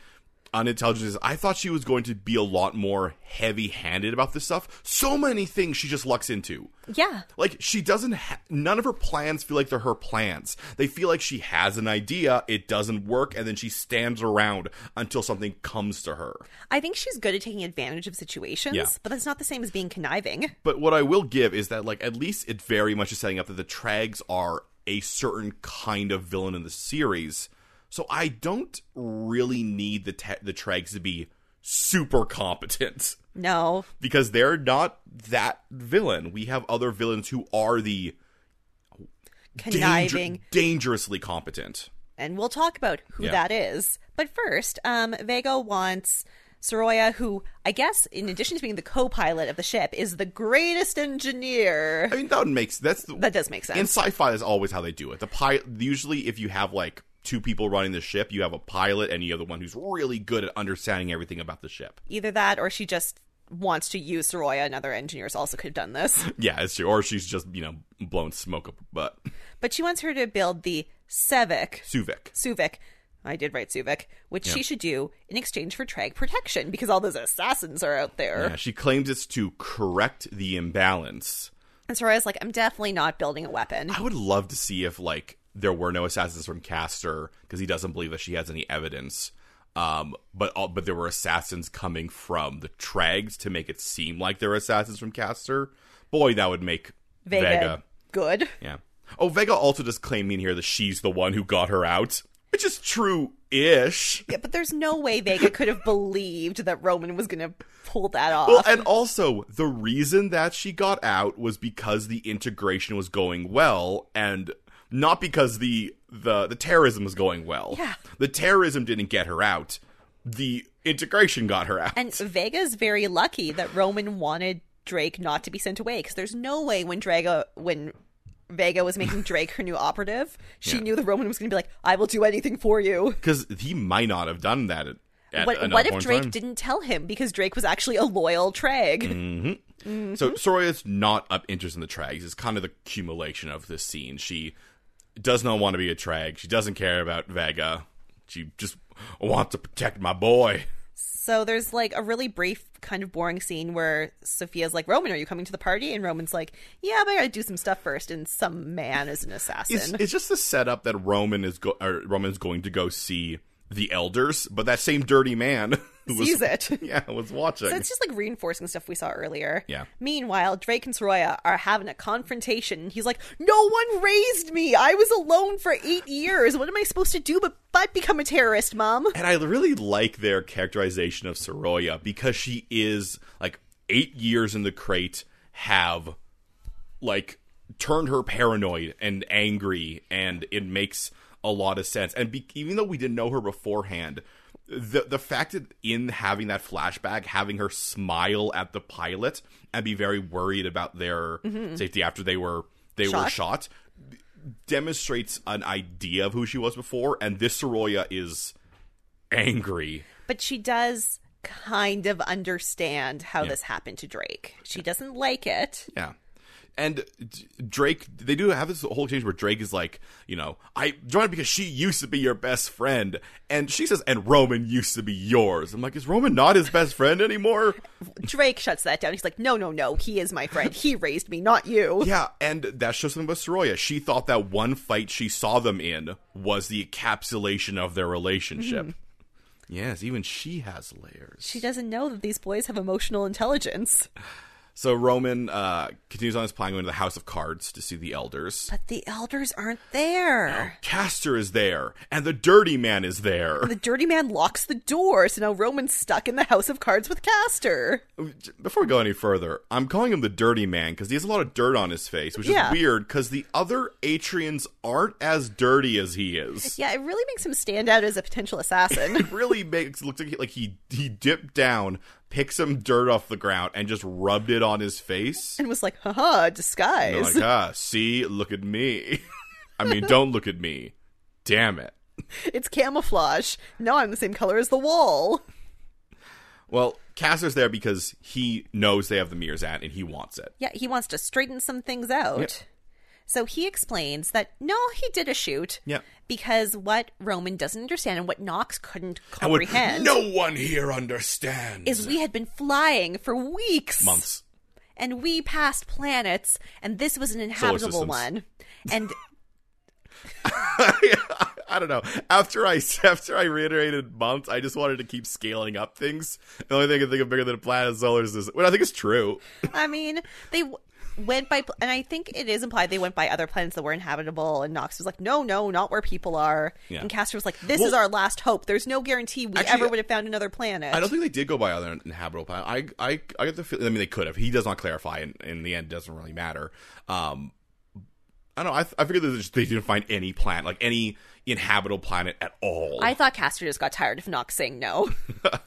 on intelligence, I thought she was going to be a lot more heavy-handed about this stuff. So many things she just lucks into.
yeah.
Like she doesn't. Ha- none of her plans feel like they're her plans. They feel like she has an idea, it doesn't work, and then she stands around until something comes to her.
I think she's good at taking advantage of situations,
Yeah.
but that's not the same as being conniving.
But what I will give is that, like, at least it very much is setting up that the Trags are a certain kind of villain in the series. So I don't really need the ta- the Trags to be super competent [LAUGHS]
No.
because they're not that villain. We have other villains who are the danger-
Conniving.
dangerously competent.
and we'll talk about who
Yeah.
that is. But first, um, Vega wants Soroya, who I guess, in addition to being the co-pilot of the ship, is the greatest engineer.
I mean, that would make that's the,
That does make
in
sense.
sci-fi is always how they do it. The pilot usually, if you have like two people running the ship, you have a pilot and you have the one who's really good at understanding everything about the ship.
Either that, or she just wants to use Soroya. And other engineers also could have done this,
Yeah, it's true. Or she's just you know blown smoke up her butt.
but she wants her to build the Sevic
Suvik.
Suvik. I did write Suvik, which she should do in exchange for Trag protection because all those assassins are out there.
Yeah, she claims it's to correct the imbalance.
And Soraya's like, I'm definitely not building a weapon.
I would love to see if like there were no assassins from Caster because he doesn't believe that she has any evidence. Um, but all, but there were assassins coming from the Trags to make it seem like there were assassins from Caster. Boy, that would make
Vega,
Vega.
good.
Yeah. Oh, Vega also just claimed in here that she's the one who got her out, which is true ish.
Yeah, but there's no way Vega could have believed that Roman was going to pull that off.
Well, and also, the reason that she got out was because the integration was going well and not because the the, the terrorism was going well.
Yeah.
The terrorism didn't get her out. The integration got her out.
and Vega's very lucky that Roman wanted Drake not to be sent away because there's no way when Drago when Vega was making Drake her new operative, she
Yeah.
knew that Roman was going to be like, "I will do anything for you."
Because he might not have done that at, at
What,
another
what if
point in
Drake
time. Mm.
didn't tell him because Drake was actually a loyal Treg?
So Soroya's not up interest in the trags. It's kind of the accumulation of this scene. She does not want to be a trag. She doesn't care about Vega. She just wants to protect my boy.
So there's like a really brief, kind of boring scene where Sophia's like, "Roman, are you coming to the party?" And Roman's like, "Yeah, but I got to do some stuff first. And some man is an assassin.
It's, it's just the setup that Roman is go- or Roman's going to go see the elders, but that same dirty man [LAUGHS] who was
[LAUGHS] Sees it.
yeah was watching.
So it's just like reinforcing stuff we saw earlier.
Yeah.
Meanwhile, Drake and Soroya are having a confrontation. and He's like, "No one raised me. I was alone for eight years. What am I supposed to do but but become a terrorist, mom?"
And I really like their characterization of Soroya because she is like eight years in the crate have like turned her paranoid and angry, and it makes a lot of sense. And be- even though we didn't know her beforehand, the the fact that in having that flashback, having her smile at the pilot and be very worried about their safety after they were they were
Shot.
shot demonstrates an idea of who she was before, and this Soroya is angry.
But she does kind of understand how this happened to Drake. She doesn't like it.
Yeah. And D- Drake, they do have this whole exchange where Drake is like, you know, I joined because she used to be your best friend. And she says, and Roman used to be yours. I'm like, is Roman not his best friend
[LAUGHS]
anymore?
Drake shuts that down. He's like, "No, no, no. He is my friend. He raised me, not you."
yeah. And that shows something about Soroya. She thought that one fight she saw them in was the encapsulation of their relationship.
Mm-hmm.
Yes, even she has layers.
She doesn't know that these boys have emotional intelligence.
So Roman uh, continues on his plan going to the House of Cards to see the elders.
But the elders aren't there.
Castor is there, and the Dirty Man is there.
The dirty man locks the door, so now Roman's stuck in the house of cards with Castor.
Before we go any further, I'm calling him the Dirty Man because he has a lot of dirt on his face, which
Yeah.
is weird because the other Atrians aren't as dirty as he is.
Yeah, it really makes him stand out as a potential
[LAUGHS]
assassin.
It really makes looks like he, like he he dipped down, picked some dirt off the ground, and just rubbed it on his face.
and was like, haha,
And
disguise.
like, ah, see, look at me. [LAUGHS] I mean, don't look at me. Damn it.
it's camouflage. Now I'm the same color as the wall.
Well, Castor's there because he knows they have the Mirzat and he wants it.
Yeah, he wants to straighten some things out. So he explains that no, he did a shoot.
Yep.
Because what Roman doesn't understand and what Knox couldn't
And what
comprehend
no one here understands.
is we had been flying for weeks.
months.
And we passed planets, and this was an inhabitable
systems.
one. And
I don't know. After I [LAUGHS] after I reiterated months, I just wanted to keep scaling up things. The only thing I can think of bigger than a planet is solar system. Well, I think it's true.
I mean, they w- went by, pl- and I think it is implied they went by other planets that were inhabitable. And Knox was like, "No, no, not where people are."
Yeah.
And Castor was like, "This is
Well-
our last hope. There's no guarantee we
Actually,
ever would have found another planet."
I don't think they did go by other inhabitable planet. I, I, I get the feeling. I mean, they could have. He does not clarify, and in the end, it doesn't really matter. Um, I don't. know. I, I figured that they just- they didn't find any planet, like any inhabitable planet at all.
I thought Castor just got tired of Knox
[LAUGHS]
saying no. that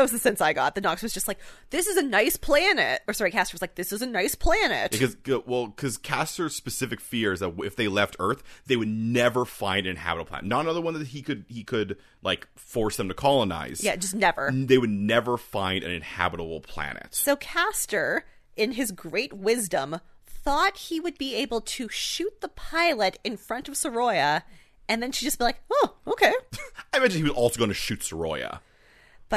was the sense I got. The Knox was just like, "This is a nice planet," or sorry, Castor was like, "This is a nice planet."
because well, because Castor's specific fear is that if they left Earth, they would never find an inhabitable planet. Not another one that he could he could like force them to colonize.
yeah, just never.
they would never find an inhabitable planet.
So Castor, in his great wisdom, thought he would be able to shoot the pilot in front of Soroya, and then she'd just be like, "Oh, okay."
I imagine he was also going to shoot Soroya.
But-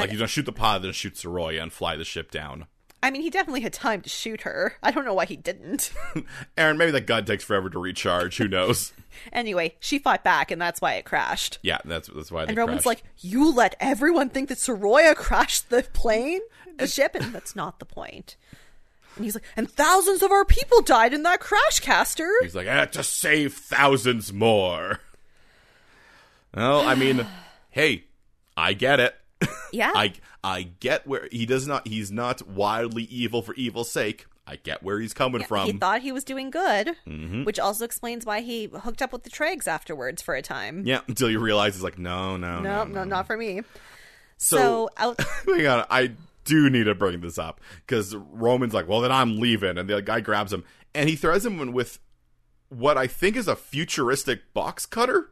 [LAUGHS] like he's going to shoot the pod, then shoot Soroya and fly the ship down.
I mean, he definitely had time to shoot her. I don't know why he didn't. [LAUGHS]
Aaron, maybe that gun takes forever to recharge. Who
[LAUGHS]
knows?
anyway, she fought back, and that's why it crashed.
yeah, that's that's why.
And Roman's like, "You let everyone think that Soroya crashed the plane, the ship, and that's not the point." And he's like, "And thousands of our people died in that crash, Castor."
he's like, I had to save thousands more. Well, I
[SIGHS]
mean, hey, I get it.
Yeah,
I I get where he does not. He's not wildly evil for evil's sake. I get where he's coming from. Mm-hmm.
He thought he was doing good, which also explains why he hooked up with the Trags afterwards for a time.
yeah, until you realize it's like, no, no, no,
No, no, not for me. So,
So-
out,
Hang on, I do need to bring this up because Roman's like, "Well, then I'm leaving," and the guy grabs him and he throws him with what I think is a futuristic box cutter.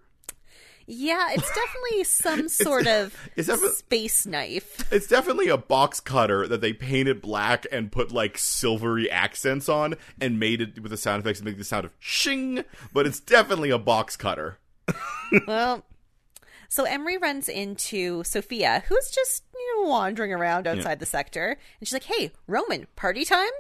yeah, it's
[LAUGHS]
definitely some sort of
it's defi-
space knife.
It's definitely a box cutter that they painted black and put like silvery accents on and made it with the sound effects to make the sound of shing. But it's definitely a box cutter.
well, so Emery runs into Sophia, who's just you know wandering around outside the sector, and she's like, "Hey, Roman, party time!"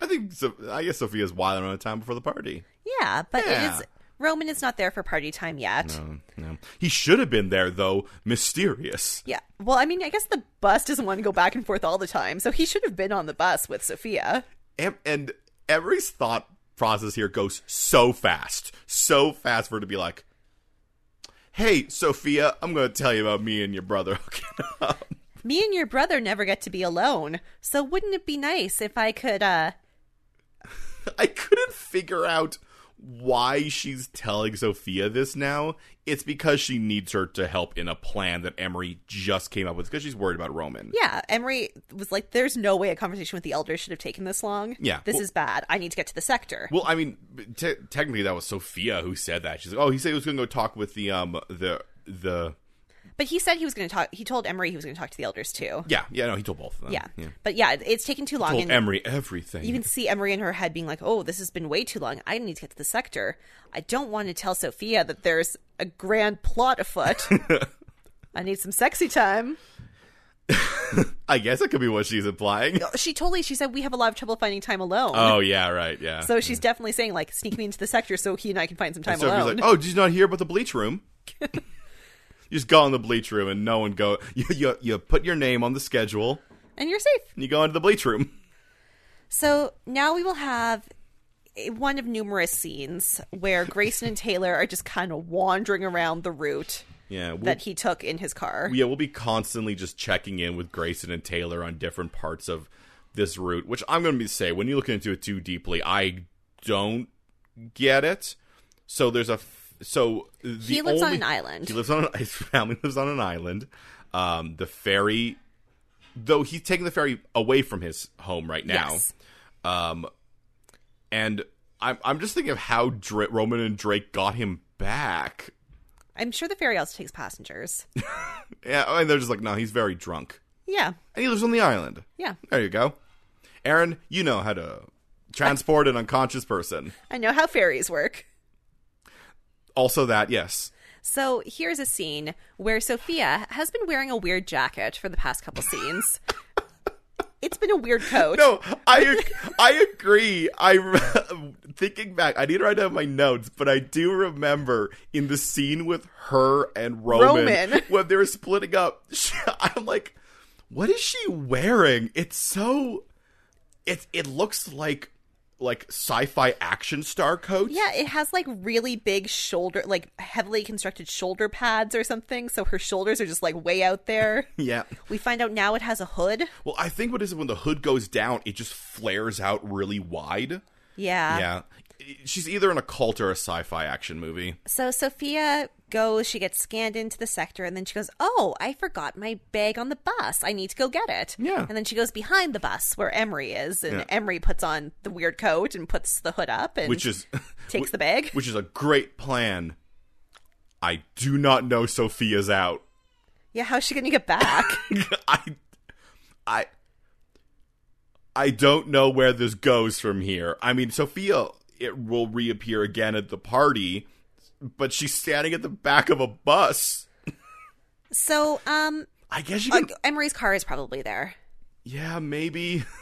I think so. I guess Sophia's wilding around time before the party.
Yeah, but
Yeah.
it is Roman is not there for party time yet.
Oh, no. He should have been there though. Mysterious.
Yeah. Well, I mean, I guess the bus doesn't want to go back and forth all the time, so he should have been on the bus with Sophia.
Em- and Emery's thought process here goes so fast, so fast for her to be like, "Hey, Sophia, I'm going to tell you about me and your brother." [LAUGHS] hooking up."
Me and your brother never get to be alone, so wouldn't it be nice if I could, uh,
I couldn't figure out why she's telling Sophia this now. It's because she needs her to help in a plan that Emery just came up with because she's worried about Roman.
yeah, Emery was like, there's no way a conversation with the elders should have taken this long.
Yeah,
This
well-
is bad. I need to get to the sector.
Well, I mean, te- technically that was Sophia who said that. She's like, "Oh, he said he was going to go talk with the um the the
but he said he was going to talk, he told Emery he was going to talk to the elders too.
yeah yeah no he told both of them
Yeah. But yeah, it- it's taken too long.
told
and
Emery everything.
you can see Emery in her head being like, oh, this has been way too long. I need to get to the sector. I don't want to tell Sophia that there's a grand
[LAUGHS]
plot afoot. I need some sexy time.
I guess that could be what she's
[LAUGHS]
implying.
She totally, she said, we have a lot of trouble finding time alone.
Oh yeah, right, yeah.
So she's definitely saying like sneak me into the sector so he and I can find some time
so if he's
alone.
like, "Oh, did you not hear about the bleach
[LAUGHS]
room?" you just go in the bleach room, and no one go. You, you you put your name on the schedule,
And you're safe. [LAUGHS]
and you go into the bleach room.
So now we will have a- one of numerous scenes where Grayson and Taylor are just kind of wandering around the route
Yeah, we'll,
that he took in his car.
yeah, we'll be constantly just checking in with Grayson and Taylor on different parts of this route, which I'm going to be say when you look into it too deeply, I don't get it. So there's a f- so the
he lives on
only-
an island.
He lives on an, his family [LAUGHS] lives on an island. Um, the ferry, though he's taking the ferry away from his home right now, Um,
Yes.
and I'm I'm just thinking of how Dra- Roman and Drake got him back.
I'm sure the ferry also takes
[LAUGHS]
passengers.
Yeah, and they're just like, no, he's very drunk,
Yeah.
and he lives on the island.
Yeah.
There you go, Aaron. You know how to transport an unconscious person.
I know how ferries work.
Also, that yes,
So here's a scene where Sophia has been wearing a weird jacket for the past
[LAUGHS]
couple scenes. it's been a weird coat.
No, I I agree. I [LAUGHS] thinking back, I need to write down my notes, but I do remember in the scene with her and Roman,
Roman.
[LAUGHS] when they were splitting up. [LAUGHS] She, I'm like, what is she wearing? It's so it it looks like like sci-fi action star coats.
Yeah, it has like really big shoulder, like heavily constructed shoulder pads or something. So her shoulders are just like way
[LAUGHS]
out there.
Yeah.
We find out now it has a hood.
Well, I think what is it when the hood goes down, it just flares out really wide.
Yeah.
yeah. She's either in a cult or a sci-fi action movie.
So Sophia goes, she gets scanned into the sector, and then she goes, Oh, I forgot my bag on the bus. I need to go get it.
Yeah.
And then she goes behind the bus where Emery is, and
Yeah.
Emery puts on the weird coat and puts the hood up and
Which is
[LAUGHS]
[LAUGHS]
takes the bag.
which is a great plan. I do not know Sophia's out. [LAUGHS]
yeah, how's she going to get back? [LAUGHS]
I, I, I don't know where this goes from here. I mean, Sophia it will reappear again at the party, but she's standing at the back of a bus.
so, um,
I guess you
uh,
can.
Emery's car is probably there.
yeah, maybe. [LAUGHS]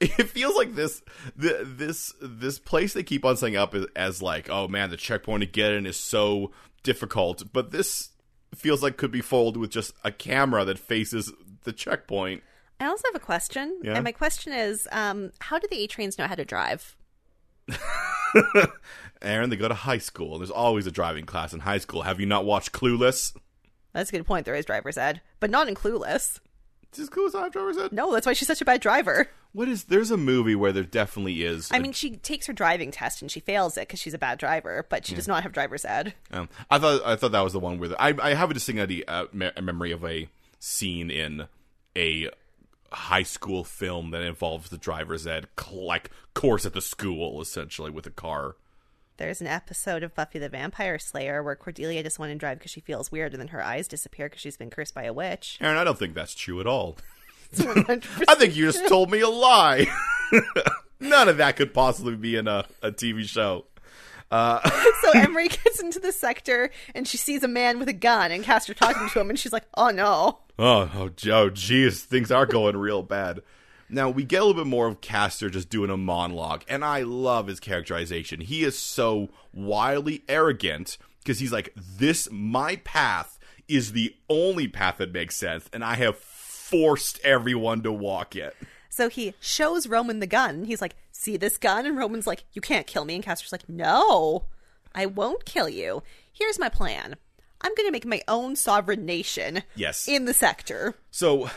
It feels like this, the, this, this place they keep on saying up as, as like, oh man, the checkpoint to get in is so difficult. But this feels like could be folded with just a camera that faces the checkpoint.
I also have a question.
Yeah?
And my question is um, how do the A trains know how to drive?
Aaron, they go to high school. There's always a driving class in high school. Have you not watched Clueless?
That's a good point. There is driver's ed, but not in Clueless.
Is Clueless not driver's ed?
No, that's why she's such a bad driver.
What is? There's a movie where there definitely is.
I mean, she takes her driving test and she fails it because she's a bad driver, but she does not have driver's ed.
um, I thought I thought that was the one where the, I I have a distinct idea, uh, me- a memory of a scene in a high school film that involves the driver's ed cl- like course at the school essentially with a car.
There's an episode of Buffy the Vampire Slayer where Cordelia doesn't want to drive because she feels weird, and then her eyes disappear because she's been cursed by
[LAUGHS]
a witch.
Aaron, I don't think that's true at all.
It's 100%
I think you just told me a lie. [LAUGHS] None of that could possibly be in a, a TV show.
so [LAUGHS] Emery gets into the sector and she sees a man with a gun, and Castor talking to him, and she's like, "Oh no!"
Oh, oh, Joe, geez, things are going real bad. Now we get a little bit more of Caster just doing a monologue, and I love his characterization. He is so wildly arrogant because he's like, "This my path is the only path that makes sense, and I have forced everyone to walk it."
So he shows Roman the gun. and He's like, "See this gun?" And Roman's like, "You can't kill me." And Castor's like, "No, I won't kill you. Here's my plan. I'm going to make my own sovereign nation.
Yes.
in the sector.
So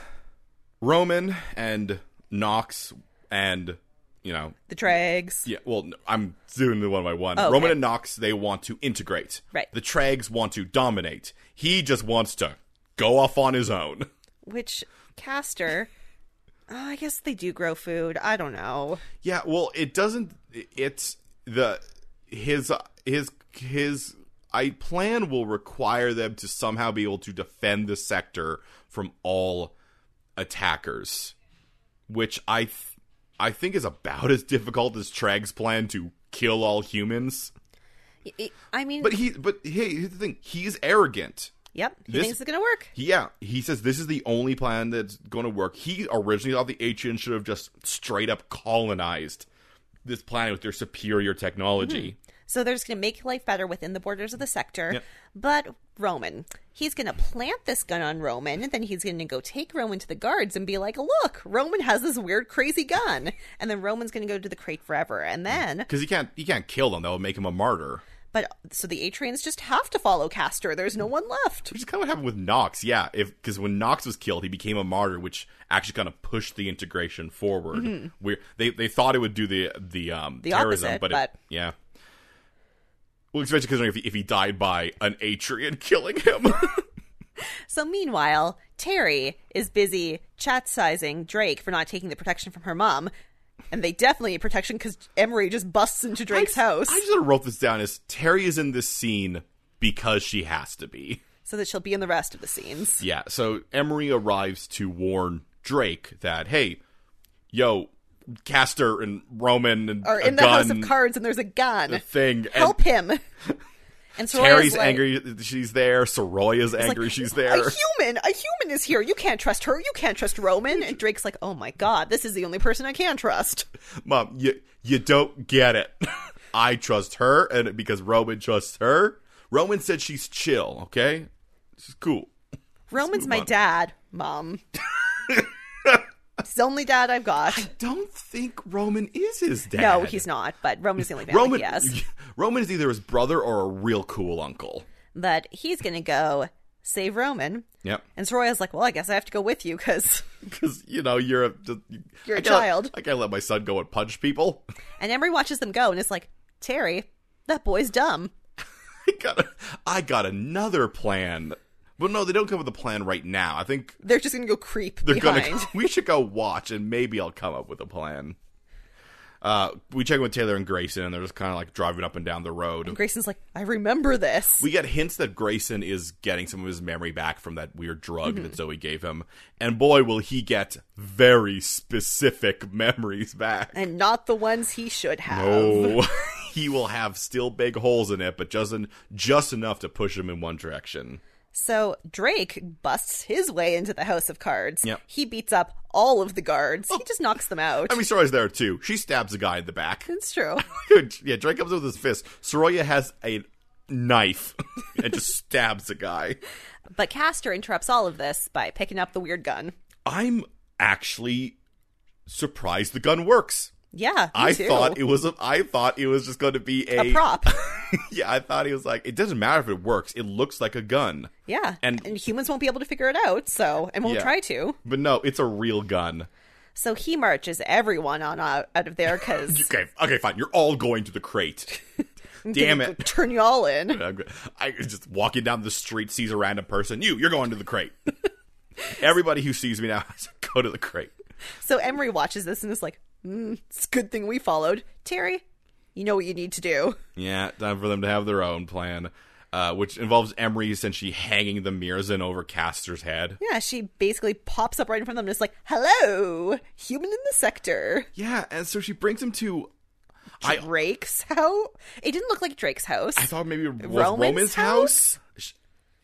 Roman and Knox and you know
The Dregs.
Yeah, well, no, I'm doing the one by one.
Oh, okay.
Roman and Knox, they want to integrate.
Right.
The Trags want to dominate. He just wants to go off on his own.
Which Castor? oh, I guess they do grow food. I don't know.
Yeah, well, it doesn't. It's the his his his. I plan will require them to somehow be able to defend the sector from all attackers, which I th- I think is about as difficult as Trag's plan to kill all humans.
I- I- I mean,
But he, but hey, here's the thing: he's arrogant.
yep. He
this-
thinks it's going to work.
He- yeah, he says this is the only plan that's going to work. He originally thought the Ancients should have just straight up colonized this planet with their superior technology.
Hmm. So they're just going to make life better within the borders of the sector.
Yep.
But Roman. He's going to plant this gun on Roman, and then he's going to go take Roman to the guards and be like, look, Roman has this weird, crazy gun. And then Roman's going to go to the crate forever. And then,
because he can't he can't kill them. That would make him a martyr.
but so the Atrians just have to follow Castor. There's no one left.
Which is kind of what happened with Knox, yeah. If because when Knox was killed, he became a martyr, which actually kind of pushed the integration forward. Where they they thought it would do the the um
Mm-hmm. The
terrorism,
opposite,
but,
but-
It, yeah. Well, especially because if he, if he died by an Atrian [LAUGHS] killing him,
So meanwhile, Terry is busy chat sizing Drake for not taking the protection from her mom. And they definitely need protection because Emery just busts into Drake's house
I just sort of wrote this down as Terry is in this scene because she has to be.
so that she'll be in the rest of the scenes.
Yeah, so Emery arrives to warn Drake that hey, yo, Castor and Roman and
Or
a
in the
gun,
House of Cards and there's a gun.
the thing and- [LAUGHS]
Help him. And Sorora's
Terry's
like-
angry that she's there. Soroya's
like,
angry she's there.
A human, a human is here. You can't trust her. You can't trust Roman. And Drake's like, oh my god, this is the only person I can
[LAUGHS]
trust.
[LAUGHS] Mom, you you don't get it. [LAUGHS] I trust her, and because Roman trusts her, Roman said she's chill. Okay, she's cool.
Roman's
move
my
on.
dad,
[LAUGHS]
mom. He's the only dad I've got.
Don't think Roman is his dad.
No, he's not. But Roman's the only family
Roman.
he has.
[LAUGHS] Roman is either his brother or a real cool uncle.
But he's gonna go save Roman.
Yep, [LAUGHS]
And Soroya's like, well, I guess I have to go with you because.
because you know you're a
You're
a
a child.
I can't let my son go and punch people.
[LAUGHS]
[LAUGHS]
And Emery watches them go and is like, Terry, that boy's dumb.
I got a, I got another plan. But no, they don't come with a plan right now. I think
They're just gonna go creep
They're
behind.
gonna. [LAUGHS] We should go watch, and maybe I'll come up with a plan. Uh, we check in with Taylor and Grayson, and they're just kind of like driving up and down the road.
[LAUGHS] Grayson's like, I remember this.
We get hints that Grayson is getting some of his memory back from that weird drug that Zoe gave him, and boy, will he get very specific [LAUGHS] memories back.
and not the ones he should have.
Oh, [LAUGHS] he will have still big holes in it, but just en- just enough to push him in one direction.
So Drake busts his way into the House of Cards.
Yep. Oh.
He beats up all of the guards. He just knocks them out.
I mean, Soroya's there too. She stabs a guy in the back. [LAUGHS]
it's true.
Dude, yeah, Drake comes up with his fist. Soroya has a knife [LAUGHS] and just stabs a guy.
But Castor interrupts all of this by picking up the weird gun.
I'm actually surprised the gun works.
Yeah, me
I
too.
thought it was a, I thought it was just going to be a,
a prop.
[LAUGHS] yeah, I thought he was like it doesn't matter if it works. It looks like a gun.
Yeah,
And-
and, humans won't be able to figure it out, so and won't
Yeah.
try to.
But no, it's a real gun.
So he marches everyone on out, out of there because
Okay, okay, fine. You're all going to the
[LAUGHS]
crate. [LAUGHS] Damn it.
turn you all
[LAUGHS]
in.
I'm go- I just walking down the street sees a random person. You, you're going to the
[LAUGHS]
crate. Everybody who sees me now has to go to the crate.
So Emery watches this and is like, mm, "It's a good thing we followed Terry. You know what you need to do."
Yeah, time for them to have their own plan, uh, which involves Emery essentially hanging the mirrors in over Caster's head.
Yeah, she basically pops up right in front of them and is like, hello, human in the sector.
Yeah, and so she brings him to. I
Drake's house? It didn't look like Drake's house.
I thought maybe it was Roman's,
Roman's
house. Sh-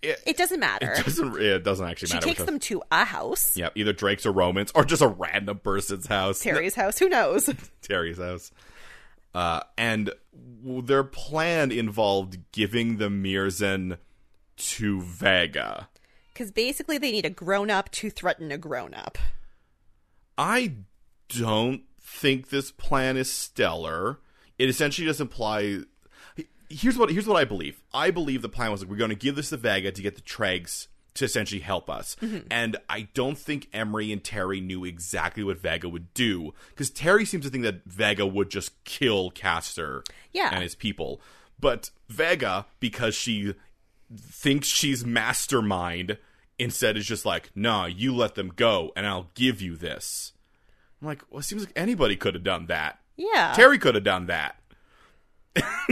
It doesn't matter.
[LAUGHS] Doesn't it doesn't actually
she
matter.
takes
which
them
house.
to a house,
Yeah, either Drake's or Roman's, or just a random person's house.
Terry's house, who knows?
[LAUGHS]
[LAUGHS]
Terry's house. Uh, and w- their plan involved giving the Mirzen to Vega.
Because basically they need a grown up to threaten a grown up.
I don't think this plan is stellar. It essentially just implies. Here's what here's what I believe. I believe the plan was like, we're going to give this to Vega to get the Tregs to essentially help us. And I don't think Emery and Terry knew exactly what Vega would do because Terry seems to think that Vega would just kill Castor
Yeah.
and his people. But Vega, because she thinks she's mastermind instead is just like, nah, you let them go and I'll give you this. I'm like, well, it seems like anybody could have done that.
Yeah.
Terry could have done that. [LAUGHS]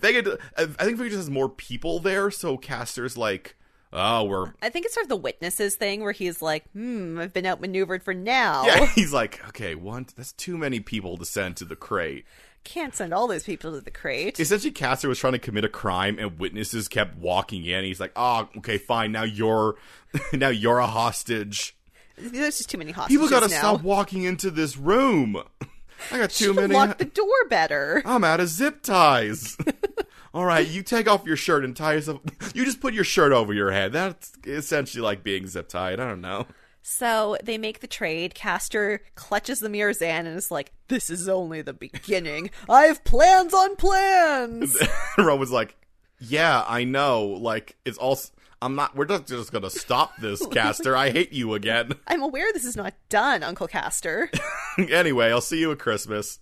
they could, I think Vega just has more people there, so Caster's like, oh, we're.
I think it's sort of the witnesses thing where he's like, hmm, I've been outmaneuvered for now.
Yeah, [LAUGHS] he's like, okay, one, that's too many people to send to the crate.
Can't send all those people to the crate.
Essentially, Caster was trying to commit a crime, and witnesses kept walking in. He's like, oh, okay, fine. Now you're, [LAUGHS] now you're a hostage.
There's just too many hostages
People gotta
now.
stop walking into this room. I got too
Should've
many.
locked the door better.
I'm out of zip ties. [LAUGHS] all right, you take off your shirt and tie yourself. You just put your shirt over your head. That's essentially like being zip tied. I don't know. [LAUGHS]
So they make the trade. Castor clutches the Mirzan and is like, This is only the beginning. I have plans on
[LAUGHS]
plans.
Roman's like, yeah, I know. Like, it's all. I'm not. We're not just gonna stop
[LAUGHS]
this, Caster. I hate you again. [LAUGHS]
I'm aware this is not done, Uncle Castor.
anyway, I'll see you at Christmas.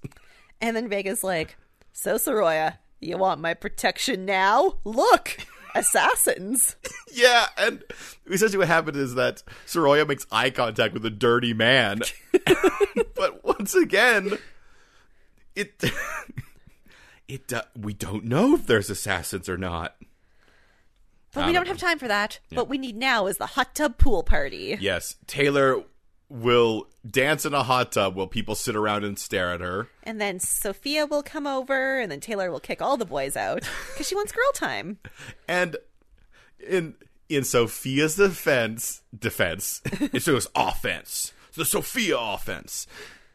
And then Vega's like, So, Soroya, you want my protection now? Look, assassins.
Yeah, and essentially what happened is that Soroya makes eye contact with a dirty man. but once again, it [LAUGHS] it uh, we don't know if there's assassins or not.
But we don't have time for that. What we need now is the hot tub pool party.
Yes, Taylor will dance in a hot tub while people sit around and stare at her.
And then Sophia will come over, and then Taylor will kick all the boys
[LAUGHS]
out because she wants girl time.
And in in Sophia's defense, defense, it was offense. The Sophia offense.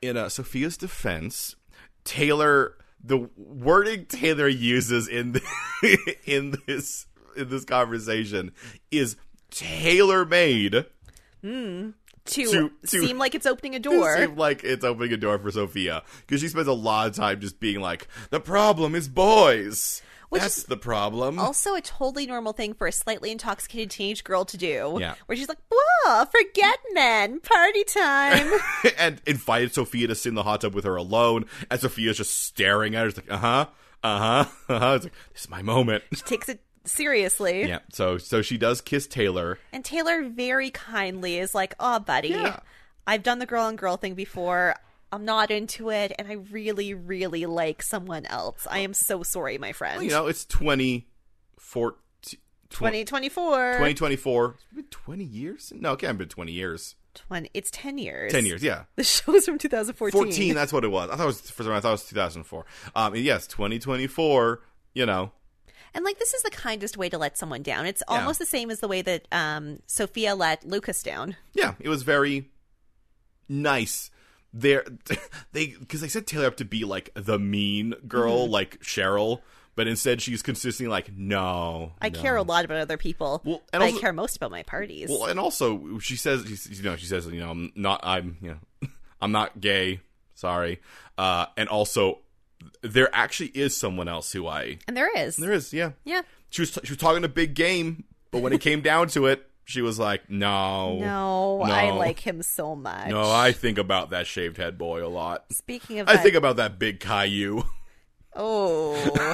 In uh, Sophia's defense, Taylor, the wording Taylor uses in [LAUGHS] the, in this in this conversation is tailor made.
To,
To- to-
seem like it's opening a
It
door.
seemed like it's opening a door for Sophia because she spends a lot of time just being like, "The problem is boys.
Which
That's
is- Oh,
the problem."
also a totally normal thing for a slightly intoxicated teenage girl to do.
Yeah.
Where she's like, whoa, forget men,
[LAUGHS]
party time.
and invited Sophia to sit in the hot tub with her alone. And Sophia's just staring at her. It's like, uh huh, [LAUGHS] uh huh, uh huh. It's like, this is my moment. [LAUGHS]
she takes it seriously.
yeah. So, so she does kiss Taylor.
And Taylor very kindly is like, oh, buddy,
Yeah.
I've done the girl on girl thing before. I'm not into it, and I really, really like someone else. I am so sorry, my friend.
You know, it's 2014. 20,
2024.
2024. It's been 20 years? No, it can't have been 20 years.
20 it's 10 years.
10 years, yeah.
The show's from 2014.
14, that's what it was. I thought it was, for some reason, I thought it was 2004. Um, and yes, 2024, you know.
And like this is the kindest way to let someone down. It's almost the same as the way that um, Sophia let Lucas down.
yeah, it was very nice. There, [LAUGHS] they because they set Taylor up to be like the mean girl, like Cheryl, but instead she's consistently like, no,
I
no.
care a lot about other people,
Well, and
but I
also-
care most about my parties.
Well, and also she says, she's- you know, she says, you know, I'm not, I'm, you know, [LAUGHS] I'm not gay. Sorry. Uh, and also, there actually is someone else who I.
and there is,
There is, yeah.
yeah,
She was she was talking a big game, but when it came down to it, she was like, no,
no, I
No.
like him so much.
no. I think about that shaved head boy a lot.
Speaking of,
I
that-
think about that big Caillou. [LAUGHS]
Oh.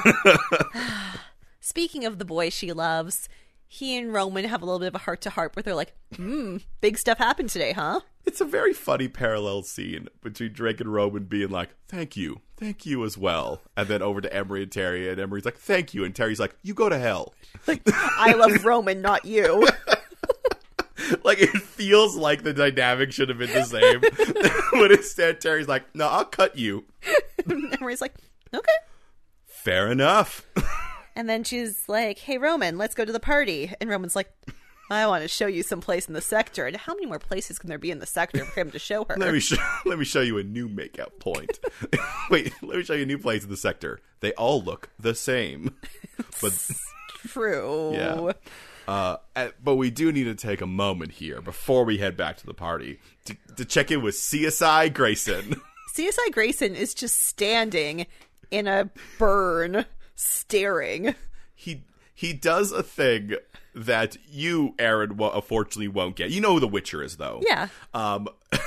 [SIGHS] Speaking of the boy she loves, he and Roman have a little bit of a heart to heart where they're like, hmm, big stuff happened today, huh?
It's a very funny parallel scene between Drake and Roman being like, thank you, thank you as well. And then over to Emery and Terry, and Emery's like, thank you. And Terry's like, you go to hell. [LAUGHS]
Like, I love Roman, not you. [LAUGHS]
Like, it feels like the dynamic should have been the same. [LAUGHS] but instead, Terry's like, no, I'll cut you.
and Mary's like, okay.
Fair enough. [LAUGHS]
And then she's like, hey, Roman, let's go to the party. And Roman's like, I want to show you some place in the sector. And how many more places can there be in the sector for him to show her?
let, me show, [LAUGHS] let me show you a new makeout point. [LAUGHS] Wait, let me show you a new place in the sector. They all look the same. [LAUGHS] But
True.
Yeah. Uh, uh, but we do need to take a moment here before we head back to the party to, to check in with CSI Grayson. [LAUGHS]
CSI Grayson is just standing in a burn, staring.
he he does a thing that you, Aaron, wo- unfortunately won't get. You know who The Witcher is, though.
Yeah.
Um, [LAUGHS]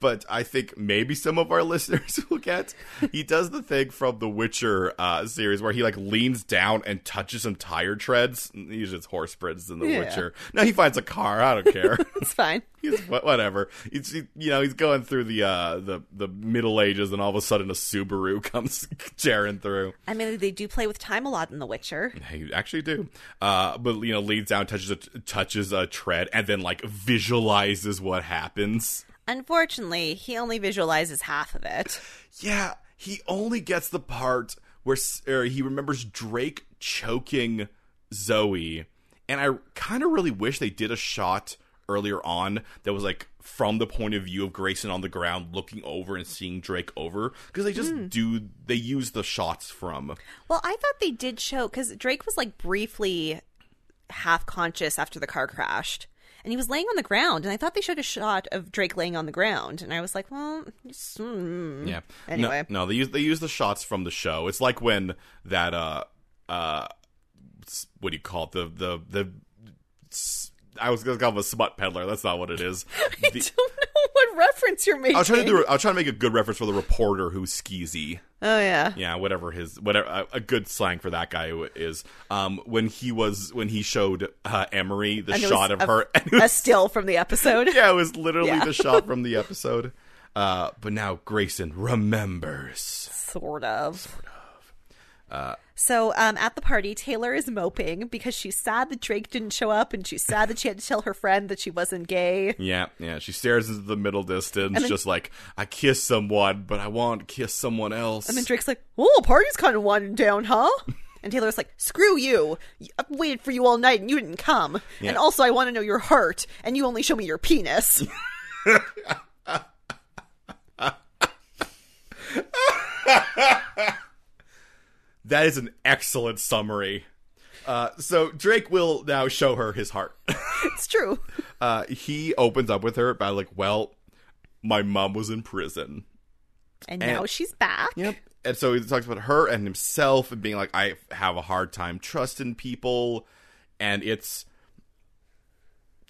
but I think maybe some of our [LAUGHS] listeners will get. He does the thing from the Witcher uh, series where he like leans down and touches some tire treads. He's just horse spreads in The
Yeah.
Witcher. Now he finds a car. I don't
[LAUGHS]
care.
It's fine.
he's wha- whatever. He's he, you know he's going through the uh the the Middle Ages, and all of a sudden a Subaru [LAUGHS] comes tearing through.
I mean, they do play with time a lot in The Witcher.
They actually do. Uh, but you know, leans down, touches a touches a tread, and then like visualizes what happens.
Unfortunately, he only visualizes half of it.
Yeah, he only gets the part where s- or he remembers Drake choking Zoe, and I kind of really wish they did a shot earlier on that was like from the point of view of Grayson on the ground looking over and seeing Drake over because they just do they use the shots from
Well, I thought they did show because Drake was like briefly half conscious after the car crashed. And he was laying on the ground, and I thought they showed a shot of Drake laying on the ground, and I was like, "Well, it's- mm.
Yeah.
Anyway.
no, no, they use they use the shots from the show. It's like when that uh uh s- what do you call it the the the s- I was gonna call him a smut peddler. That's not what it is.
[LAUGHS] I
The-
don't know what reference you're making."
I was trying to do. a- I was trying to make a good reference for the reporter who's skeezy.
oh [LAUGHS] yeah,
Yeah, whatever his whatever a, a good slang for that guy is. Um, when he was when he showed uh, Emery the
And it
shot
was
of
a-
her, [LAUGHS] and it was
a still from the episode.
yeah, it was literally
[LAUGHS] Yeah.
the shot from the episode. Uh, but now Grayson remembers.
Sort of. Sort of. so um, at the party, Taylor is moping because she's sad that Drake didn't show up and she's sad that she had to tell her friend that she wasn't gay.
Yeah, yeah. She stares into the middle distance,
then-
just like I kiss someone, but I want to kiss someone else.
And Drake's like, oh, party's kind of winding down, huh? And Taylor's like, screw you. I've waited for you all night and you didn't come.
Yeah.
And also, I want to know your heart and you only show me your penis. [LAUGHS]
that is an excellent summary. Uh, so Drake will now show her his heart.
it's true.
uh, he opens up with her by like, well, my mom was in prison.
And, now
And-
she's back.
And so he talks about her and himself and being like, I have a hard time trusting people, and it's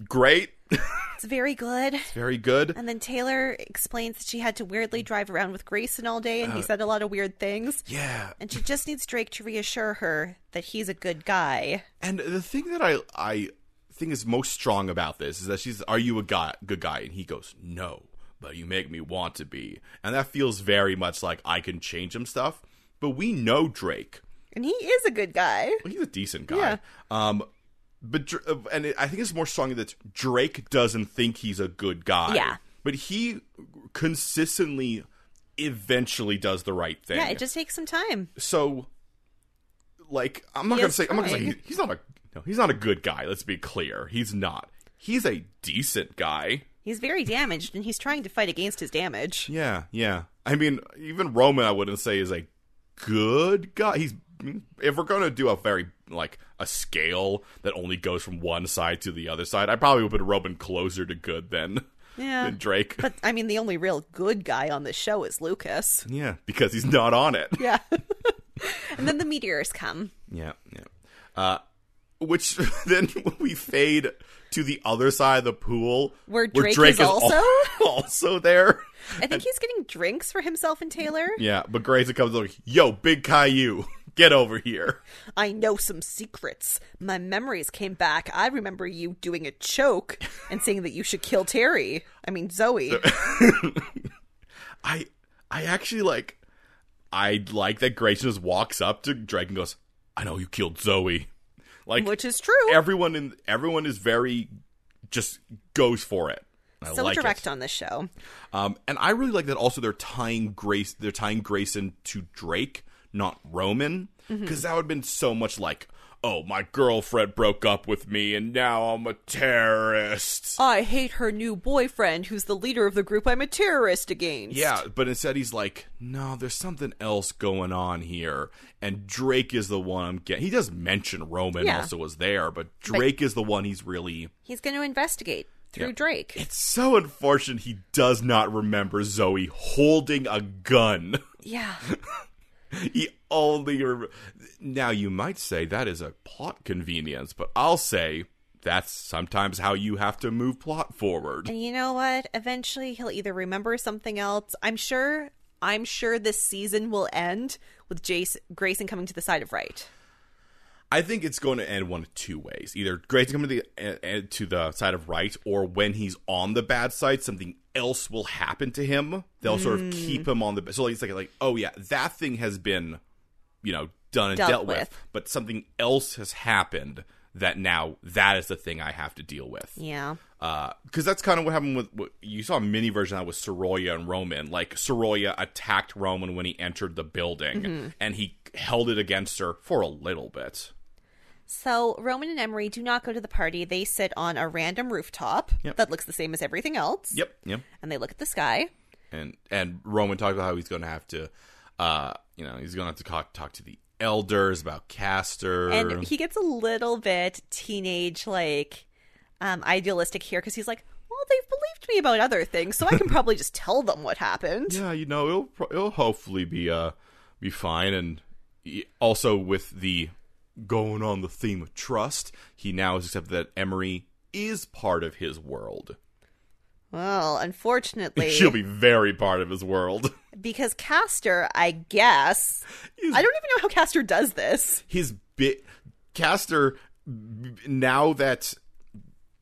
great,
It's very good.
very good.
And then Taylor explains that she had to weirdly drive around with Grayson all day and he said a lot of weird things.
Yeah,
And she just needs Drake to reassure her that he's a good guy.
And the thing that I I think is most strong about this is that she's, "Are you a guy, good guy?" And he goes, "No, but you make me want to be." And that feels very much like I can change him stuff. But we know Drake;
And he is a good guy.
Like, he's a decent guy.
Yeah.
Um, but Dr- uh, and it, I think it's more strong that Drake doesn't think he's a good guy.
Yeah.
But he consistently, eventually, does the right thing.
Yeah, it just takes some time.
so like I'm not
He
gonna
is
say I'm not gonna say
trying.
he- he's not a no he's not a good guy. Let's be clear, he's not. He's a decent guy.
He's very damaged and he's trying to fight against his damage.
Yeah, yeah. I mean, even Roman, I wouldn't say is a good guy. He's if we're gonna do a very like a scale that only goes from one side to the other side, I probably would put Roman closer to good than
Yeah.
than Drake.
But I mean, the only real good guy on the show is Lucas.
yeah, because he's not on it.
Yeah. [LAUGHS] and then the meteors come.
Yeah, yeah. Uh, which [LAUGHS] then we fade to the other side of the pool
Where Drake is also?
al- [LAUGHS] also there.
I think he's getting drinks for himself and Taylor.
Yeah, but Grayson comes like, "Yo, big Caillou, get over here."
I know some secrets. My memories came back. I remember you doing a choke and saying that you should kill Terry. I
[LAUGHS]
mean, Zoe.
I I actually like I like that Grayson just walks up to Drake and goes, "I know you killed Zoe." Like
Which is true.
everyone in everyone is very just goes for it. I
so
like it.
direct on this show.
Um, and I really like that also they're tying Grace they're tying Grayson to Drake, not Roman.
Mm-hmm.
Because that would have been so much like, oh, my girlfriend broke up with me and now I'm a terrorist.
I hate her new boyfriend who's the leader of the group I'm a terrorist against.
Yeah, but instead he's like, no, there's something else going on here. And Drake is the one I'm getting. He does mention Roman
Yeah.
also was there, but Drake is the one he's really.
He's going to investigate through
Yeah.
Drake.
It's so unfortunate he does not remember Zoe holding a gun.
[LAUGHS]
[LAUGHS]
Yeah.
He only. Rem- now you might say that is a plot convenience, but I'll say that's sometimes how you have to move plot forward.
And you know what? Eventually he'll either remember something else. I'm sure I'm sure this season will end with Jace Grayson coming to the side of right.
I think it's going to end one of two ways: either Grayson coming to the eh, eh, to the side of right, or when he's on the bad side, something else will happen to him. They'll sort
Hmm.
of keep him on the. So like, it's like like oh yeah, that thing has been, you know, done and
Dealt
dealt, with.
with.
but something else has happened that now that is the thing I have to deal with.
Yeah.
because that's kind of what happened with what, you saw a mini version of that with Soroya and Roman. Like Soroya attacked Roman
Mm-hmm.
when he entered the building, and he held it against her for a little bit.
So Roman and Emery do not go to the party. They sit on a random rooftop
Yep.
that looks the same as everything else.
Yep. Yep.
And they look at the sky.
and and Roman talks about how he's going to have to, uh, you know, he's going to have to talk, talk to the elders about Castor.
And he gets a little bit teenage, like, um, idealistic here because he's like, well, they've believed me about other things, so
[LAUGHS]
I can probably just tell them what happened.
yeah, you know, it'll pro- it'll hopefully be uh be fine, and he- also with the going on the theme of trust, he now has accepted that Emery is part of his world.
Well, unfortunately,
She'll be very part of his world.
because Castor, I guess,
He's-
I don't even know how Castor does this.
his bit caster b- now that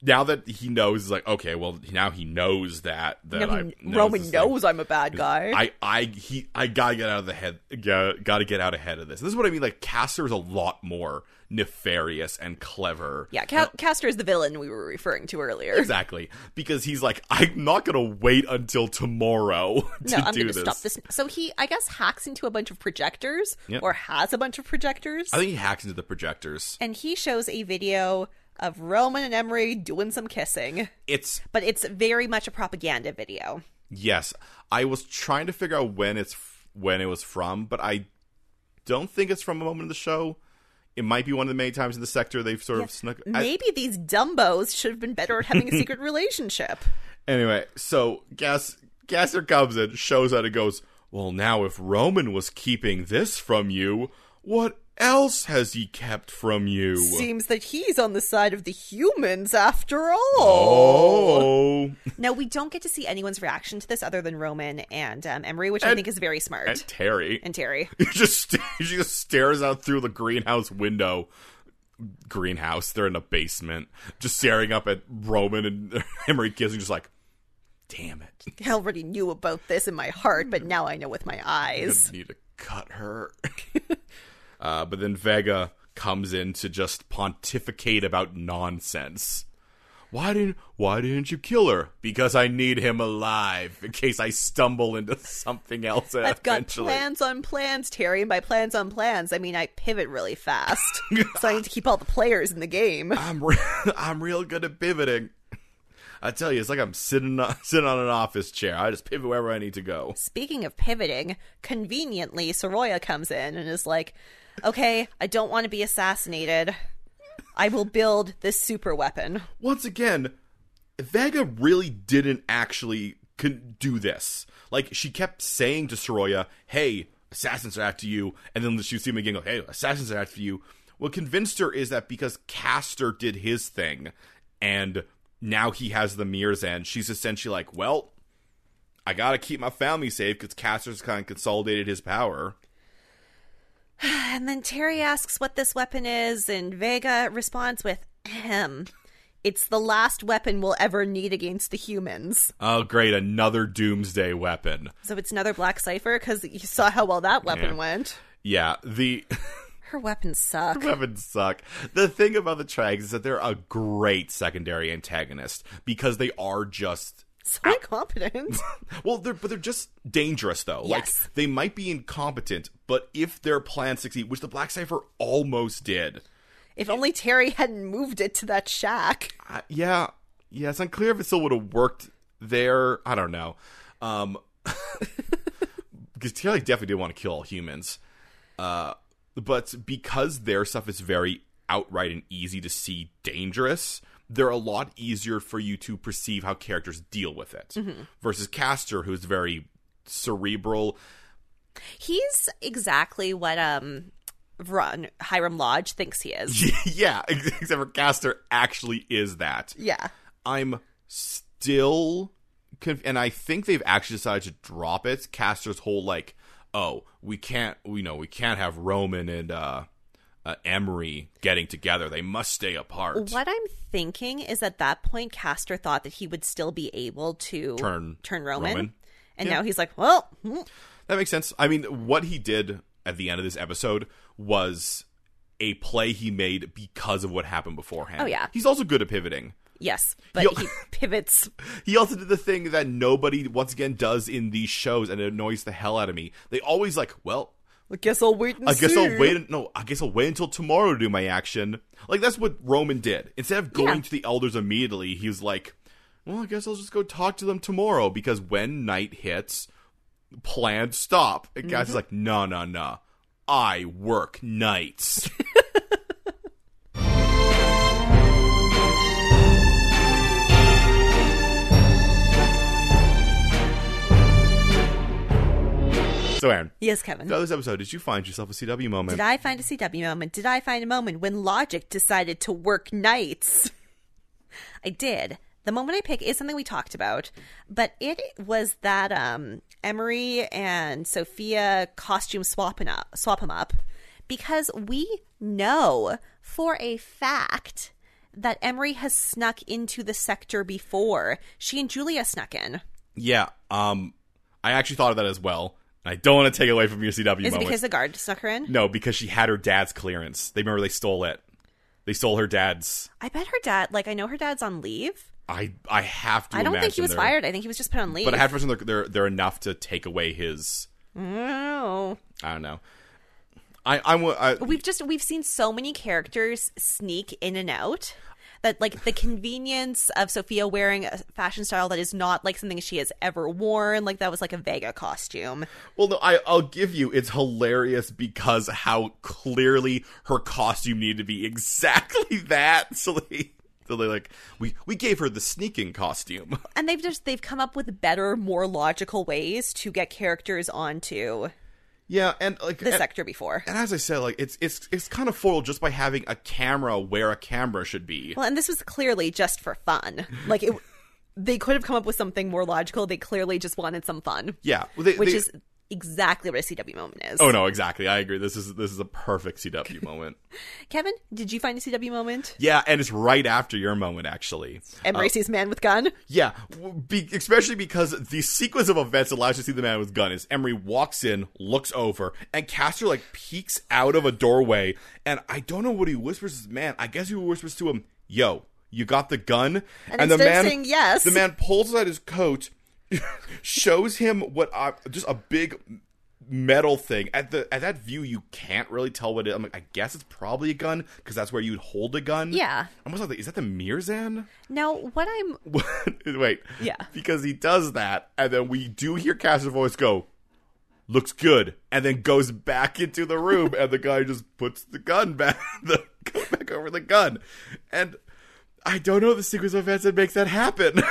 now that he knows is like okay well now he knows that that
Now
I,
he-
knows
Roman
this thing.
knows I'm a bad guy.
I, I he I gotta get out of the head gotta, gotta get out ahead of this. This is what I mean. Like Caster is a lot more nefarious and clever.
yeah, Ca- Castor is the villain we were referring to earlier.
exactly. Because he's like, I'm not gonna wait until tomorrow [LAUGHS] to
No, I'm
do
going to
this.
stop this. So he, I guess, hacks into a bunch of projectors
Yep.
or has a bunch of projectors.
I think he hacks into the projectors.
and he shows a video of Roman and Emery doing some kissing,
It's
but it's very much a propaganda video.
Yes, I was trying to figure out when it's when it was from, but I don't think it's from a moment in the show. It might be one of the many times in the sector they've sort of snuck. I,
Maybe these dumbos should have been better at having a
[LAUGHS]
secret relationship.
anyway, so Gas Gasser comes in, shows that it goes. Well, now if Roman was keeping this from you, what else has he kept from you?
Seems that he's on the side of the humans after all.
oh,
Now we don't get to see anyone's reaction to this other than Roman and um, Emery, which I think is very smart.
and Terry,
and Terry.
[LAUGHS] He just st- she just stares out through the greenhouse window. Greenhouse, they're in a basement, just staring up at Roman and [LAUGHS] Emery kissing, just like, damn it,
I already knew about this in my heart,
Mm.
but now I know with my
I
eyes.
need to cut her. [LAUGHS] uh, but then Vega comes in to just pontificate about nonsense. Why didn't Why didn't you kill her? Because I need him alive in case I stumble into something else.
I've got
eventually.
plans on plans, Terry, and by plans on plans, I mean I pivot really fast. so I need to keep all the players in the game.
I'm re- [LAUGHS] I'm real good at pivoting. I tell you, it's like I'm sitting [LAUGHS] on, sitting on an office chair. I just pivot wherever I need to go.
Speaking of pivoting, conveniently, Soroya comes in and is like, okay, I don't want to be assassinated. I will build this super weapon.
Once again, Vega really didn't actually con- do this. Like she kept saying to Soroya, "Hey, assassins are after you," and then she would see him again. Go, "Hey, assassins are after you." What convinced her is that because Castor did his thing, and now he has the mirror's end. She's essentially like, "Well." I gotta keep my family safe because Castor's kind of consolidated his power.
And then Terry asks what this weapon is, and Vega responds with, ahem. It's the last weapon we'll ever need against the humans.
Oh, great. Another doomsday weapon.
So it's another black cipher because you saw how well that weapon went.
Yeah, the
Her weapons suck.
weapons suck. The thing about the Trags is that they're a great secondary antagonist because they are just.
So incompetent.
Well, they're, but they're just dangerous, though.
Yes.
Like, they might be incompetent, but if their plan succeeds, which the Black Cipher almost did.
[LAUGHS] if only Terry hadn't moved it to that shack.
I, yeah, yeah, it's unclear if it still would have worked there. I don't know. Um, [LAUGHS] because Terry definitely didn't want to kill all humans. Uh, but because their stuff is very outright and easy to see dangerous, they're a lot easier for you to perceive how characters deal with it. Versus Castor, who's very cerebral. [LAUGHS]
He's exactly what um Ron Hiram Lodge thinks he is.
yeah, [LAUGHS] except for Castor actually is that.
[LAUGHS] Yeah.
I'm still, conf- and I think they've actually decided to drop it. Caster's whole like, oh, we can't, you know, we can't have Roman and uh, uh Emery getting together. They must stay apart.
What I'm thinking is at that point Castor thought that he would still be able to
Turn
turn Roman.
Roman.
And now he's like, well, hmm,
That makes sense. I mean, what he did at the end of this episode was a play he made because of what happened beforehand.
Oh, yeah.
he's also good at pivoting.
yes, but
Yo- [LAUGHS]
he pivots.
He also did the thing that nobody once again does in these shows and it annoys the hell out of me. They always like, well,
I guess I'll wait and
I guess
see.
I'll wait. No, I guess I'll wait until tomorrow to do my action. Like that's what Roman did. Instead of going
Yeah.
to the elders immediately, he was like, "Well, I guess I'll just go talk to them tomorrow." Because when night hits, plans stop. And guys is like, "No, no, no, I work nights." So Aaron,
Yes, Kevin.
throughout this episode, did you find yourself a CW moment?
Did I find a CW moment? Did I find a moment when logic decided to work nights? [LAUGHS] I did. The moment I pick is something we talked about, but it was that um, Emery and Sophia costume swapping up, swap 'em up because we know for a fact that Emery has snuck into the sector before. She and Julia snuck in.
yeah, um, I actually thought of that as well. And I don't want to take away from your CW
Is it
moment.
because the guard snuck her in?
no, because she had her dad's clearance. They remember they stole it. They stole her dad's.
I bet her dad, like, I know her dad's on leave.
I I have to.
I don't think he
imagine
was
they're-
fired. I think he was just put on leave.
but I have to imagine they're, they're they're enough to take away his.
Oh.
I don't know. I I'm I,
We've just we've seen so many characters sneak in and out that like the convenience of Sophia wearing a fashion style that is not like something she has ever worn, like that was like a Vega costume.
Well, no, I, I'll give you. It's hilarious because how clearly her costume needed to be exactly [LAUGHS] that. So they, so they like we we gave her the sneaking costume.
And they've just they've come up with better, more logical ways to get characters onto
Yeah, and like
the
and,
sector before.
and as I said, like it's it's it's kind of foiled just by having a camera where a camera should be.
Well, and this was clearly just for fun. Like it they could have come up with something more logical. They clearly just wanted some fun.
yeah, well, they-
Which
they-
is exactly what a CW moment is.
Oh no, exactly. I agree. This is this is a perfect
[LAUGHS]
CW moment.
Kevin, did you find a CW moment?
Yeah, and it's right after your moment actually.
Emery sees man with gun.
Yeah, w- be, especially because the sequence of events that allows you to see the man with gun is Emery walks in, looks over, and Caster like peeks out of a doorway, and I don't know what he whispers to this man. I guess he whispers to him, "Yo, you got the gun?"
And instead of saying yes-
the man pulls out his coat, [LAUGHS] shows him what I, just a big metal thing at the at that view you can't really tell what it I'm like I guess it's probably a gun because that's where you'd hold a gun
Yeah.
I'm almost like is that the Mirzan
Now, what I'm
[LAUGHS] Wait.
Yeah.
Because he does that, and then we do hear Caster's voice go, looks good, and then goes back into the room, and the guy just puts the gun back, [LAUGHS] the gun back over the gun. And I don't know the sequence of events that makes that
[LAUGHS]
happen.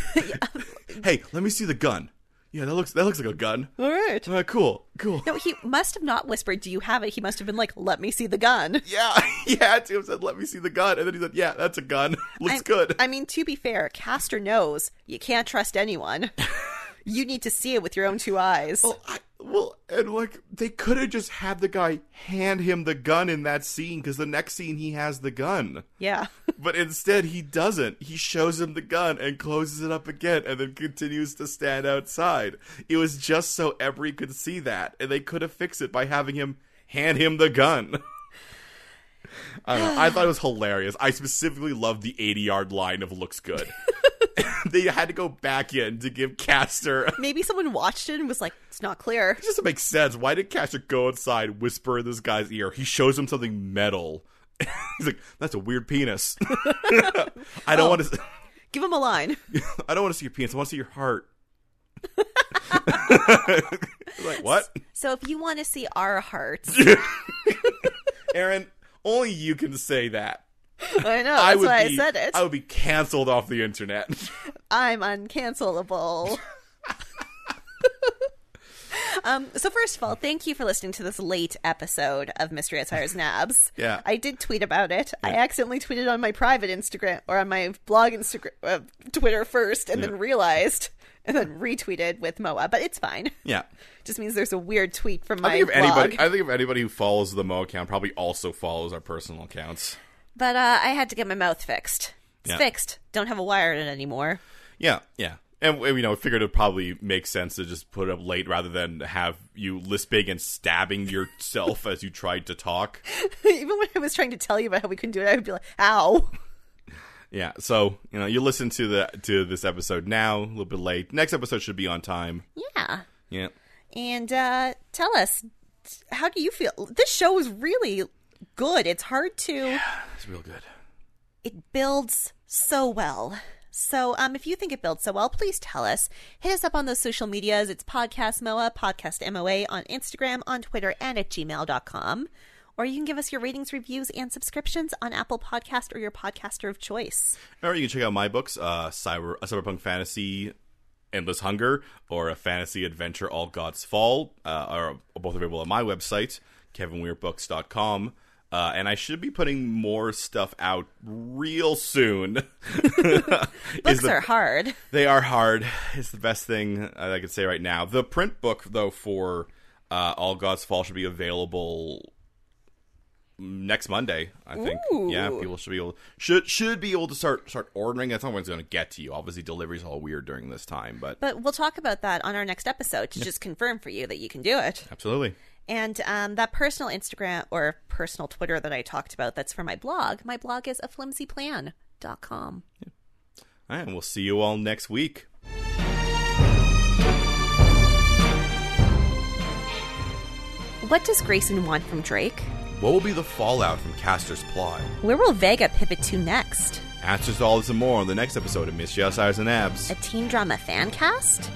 [LAUGHS] hey, let me see the gun. Yeah, that looks that looks like a gun.
all right.
Uh, cool, cool.
No, he must have not whispered, "Do you have it?" He must have been like, "Let me see the gun."
[LAUGHS] Yeah, [LAUGHS] yeah. Tim said, "Let me see the gun," and then he said, "Yeah, that's a gun. [LAUGHS] Looks
I-
good."
I mean, to be fair, Castor knows you can't
[LAUGHS]
trust anyone. you need to see it with your own two eyes.
Well, I, well, and like they could have just had the guy hand him the gun in that scene because the next scene he has the gun,
yeah. [LAUGHS]
but instead he doesn't. He shows him the gun and closes it up again, and then continues to stand outside. It was just so Emery could see that, and they could have fixed it by having him hand him the gun. [LAUGHS] I, don't know. I thought it was hilarious. I specifically loved the 80 yard line of looks good. [LAUGHS] they had to go back in to give Caster
Maybe someone watched it and was like, "It's not clear."
it doesn't make sense. Why did Casher go outside, whisper in this guy's ear? He shows him something metal. [LAUGHS] He's like, "That's a weird penis." [LAUGHS] I
Oh.
don't want to.
Give him a line.
[LAUGHS] I don't want to see your penis. I want to see your heart. [LAUGHS] like what,
So, if you want to see
[LAUGHS]
our hearts,
Aaron? Only you can say that.
I know
I
that's
would
why
be,
I said it.
I would be canceled off the internet.
I'm uncancelable.
[LAUGHS]
um, so first of all, thank you for listening to this late episode of Mystery
[LAUGHS]
Outsiders Nabs.
Yeah.
I did tweet about it. I accidentally tweeted on my private Instagram or on my blog Instagram, uh, Twitter first, and then realized, and then retweeted with Moa. But it's fine.
yeah.
Just means there's a weird tweet from my
I think if
blog.
anybody, I think if anybody who follows the Mo account probably also follows our personal accounts.
but uh, I had to get my mouth fixed. It's
Yeah.
fixed. Don't have a wire in it anymore.
Yeah, yeah. And we- you know, figured it probably makes sense to just put it up late rather than have you lisping and stabbing yourself as you tried to talk.
[LAUGHS] Even when I was trying to tell you about how we couldn't do it, I would be like, "Ow."
Yeah. So you know, you listen to the to this episode now a little bit late. Next episode should be on time.
Yeah.
Yeah.
and uh, tell us how do you feel? This show is really good. It's hard to.
It's real good.
it builds so well. So, um, if you think it builds so well, please tell us. Hit us up on those social medias. It's Podcast MOA, Podcast MOA on Instagram, on Twitter, and at gmail.com. Or you can give us your ratings, reviews, and subscriptions on Apple Podcast or your podcaster of choice.
Or you can check out my books, uh, Cyber, a Cyberpunk Fantasy, Endless Hunger, or a Fantasy Adventure All Gods Fall, uh, are both available on my website, kevinweirdbooks.com. Uh, and I should be putting more stuff out real soon. [LAUGHS]
Books are hard.
They are hard. It's the best thing I I can say right now. The print book, though, for uh, All Gods Fall should be available next Monday. I think. Yeah,
Ooh.
people should be able should should be able to start start ordering. That's not when it's going to get to you. Obviously, delivery's all weird during this time, but
But we'll talk about that on our next episode to just confirm for you that you can do it.
absolutely.
And um, that personal Instagram or personal Twitter that I talked about, that's for my blog. My blog is aflimsyplan.com.
All right, and we'll see you all next week.
What does Grayson want from Drake?
What will be the fallout from Caster's plot?
Where will Vega pivot to next?
Answers to all this and more on the next episode of Mischias Eyes and Abs.
A teen drama fan cast?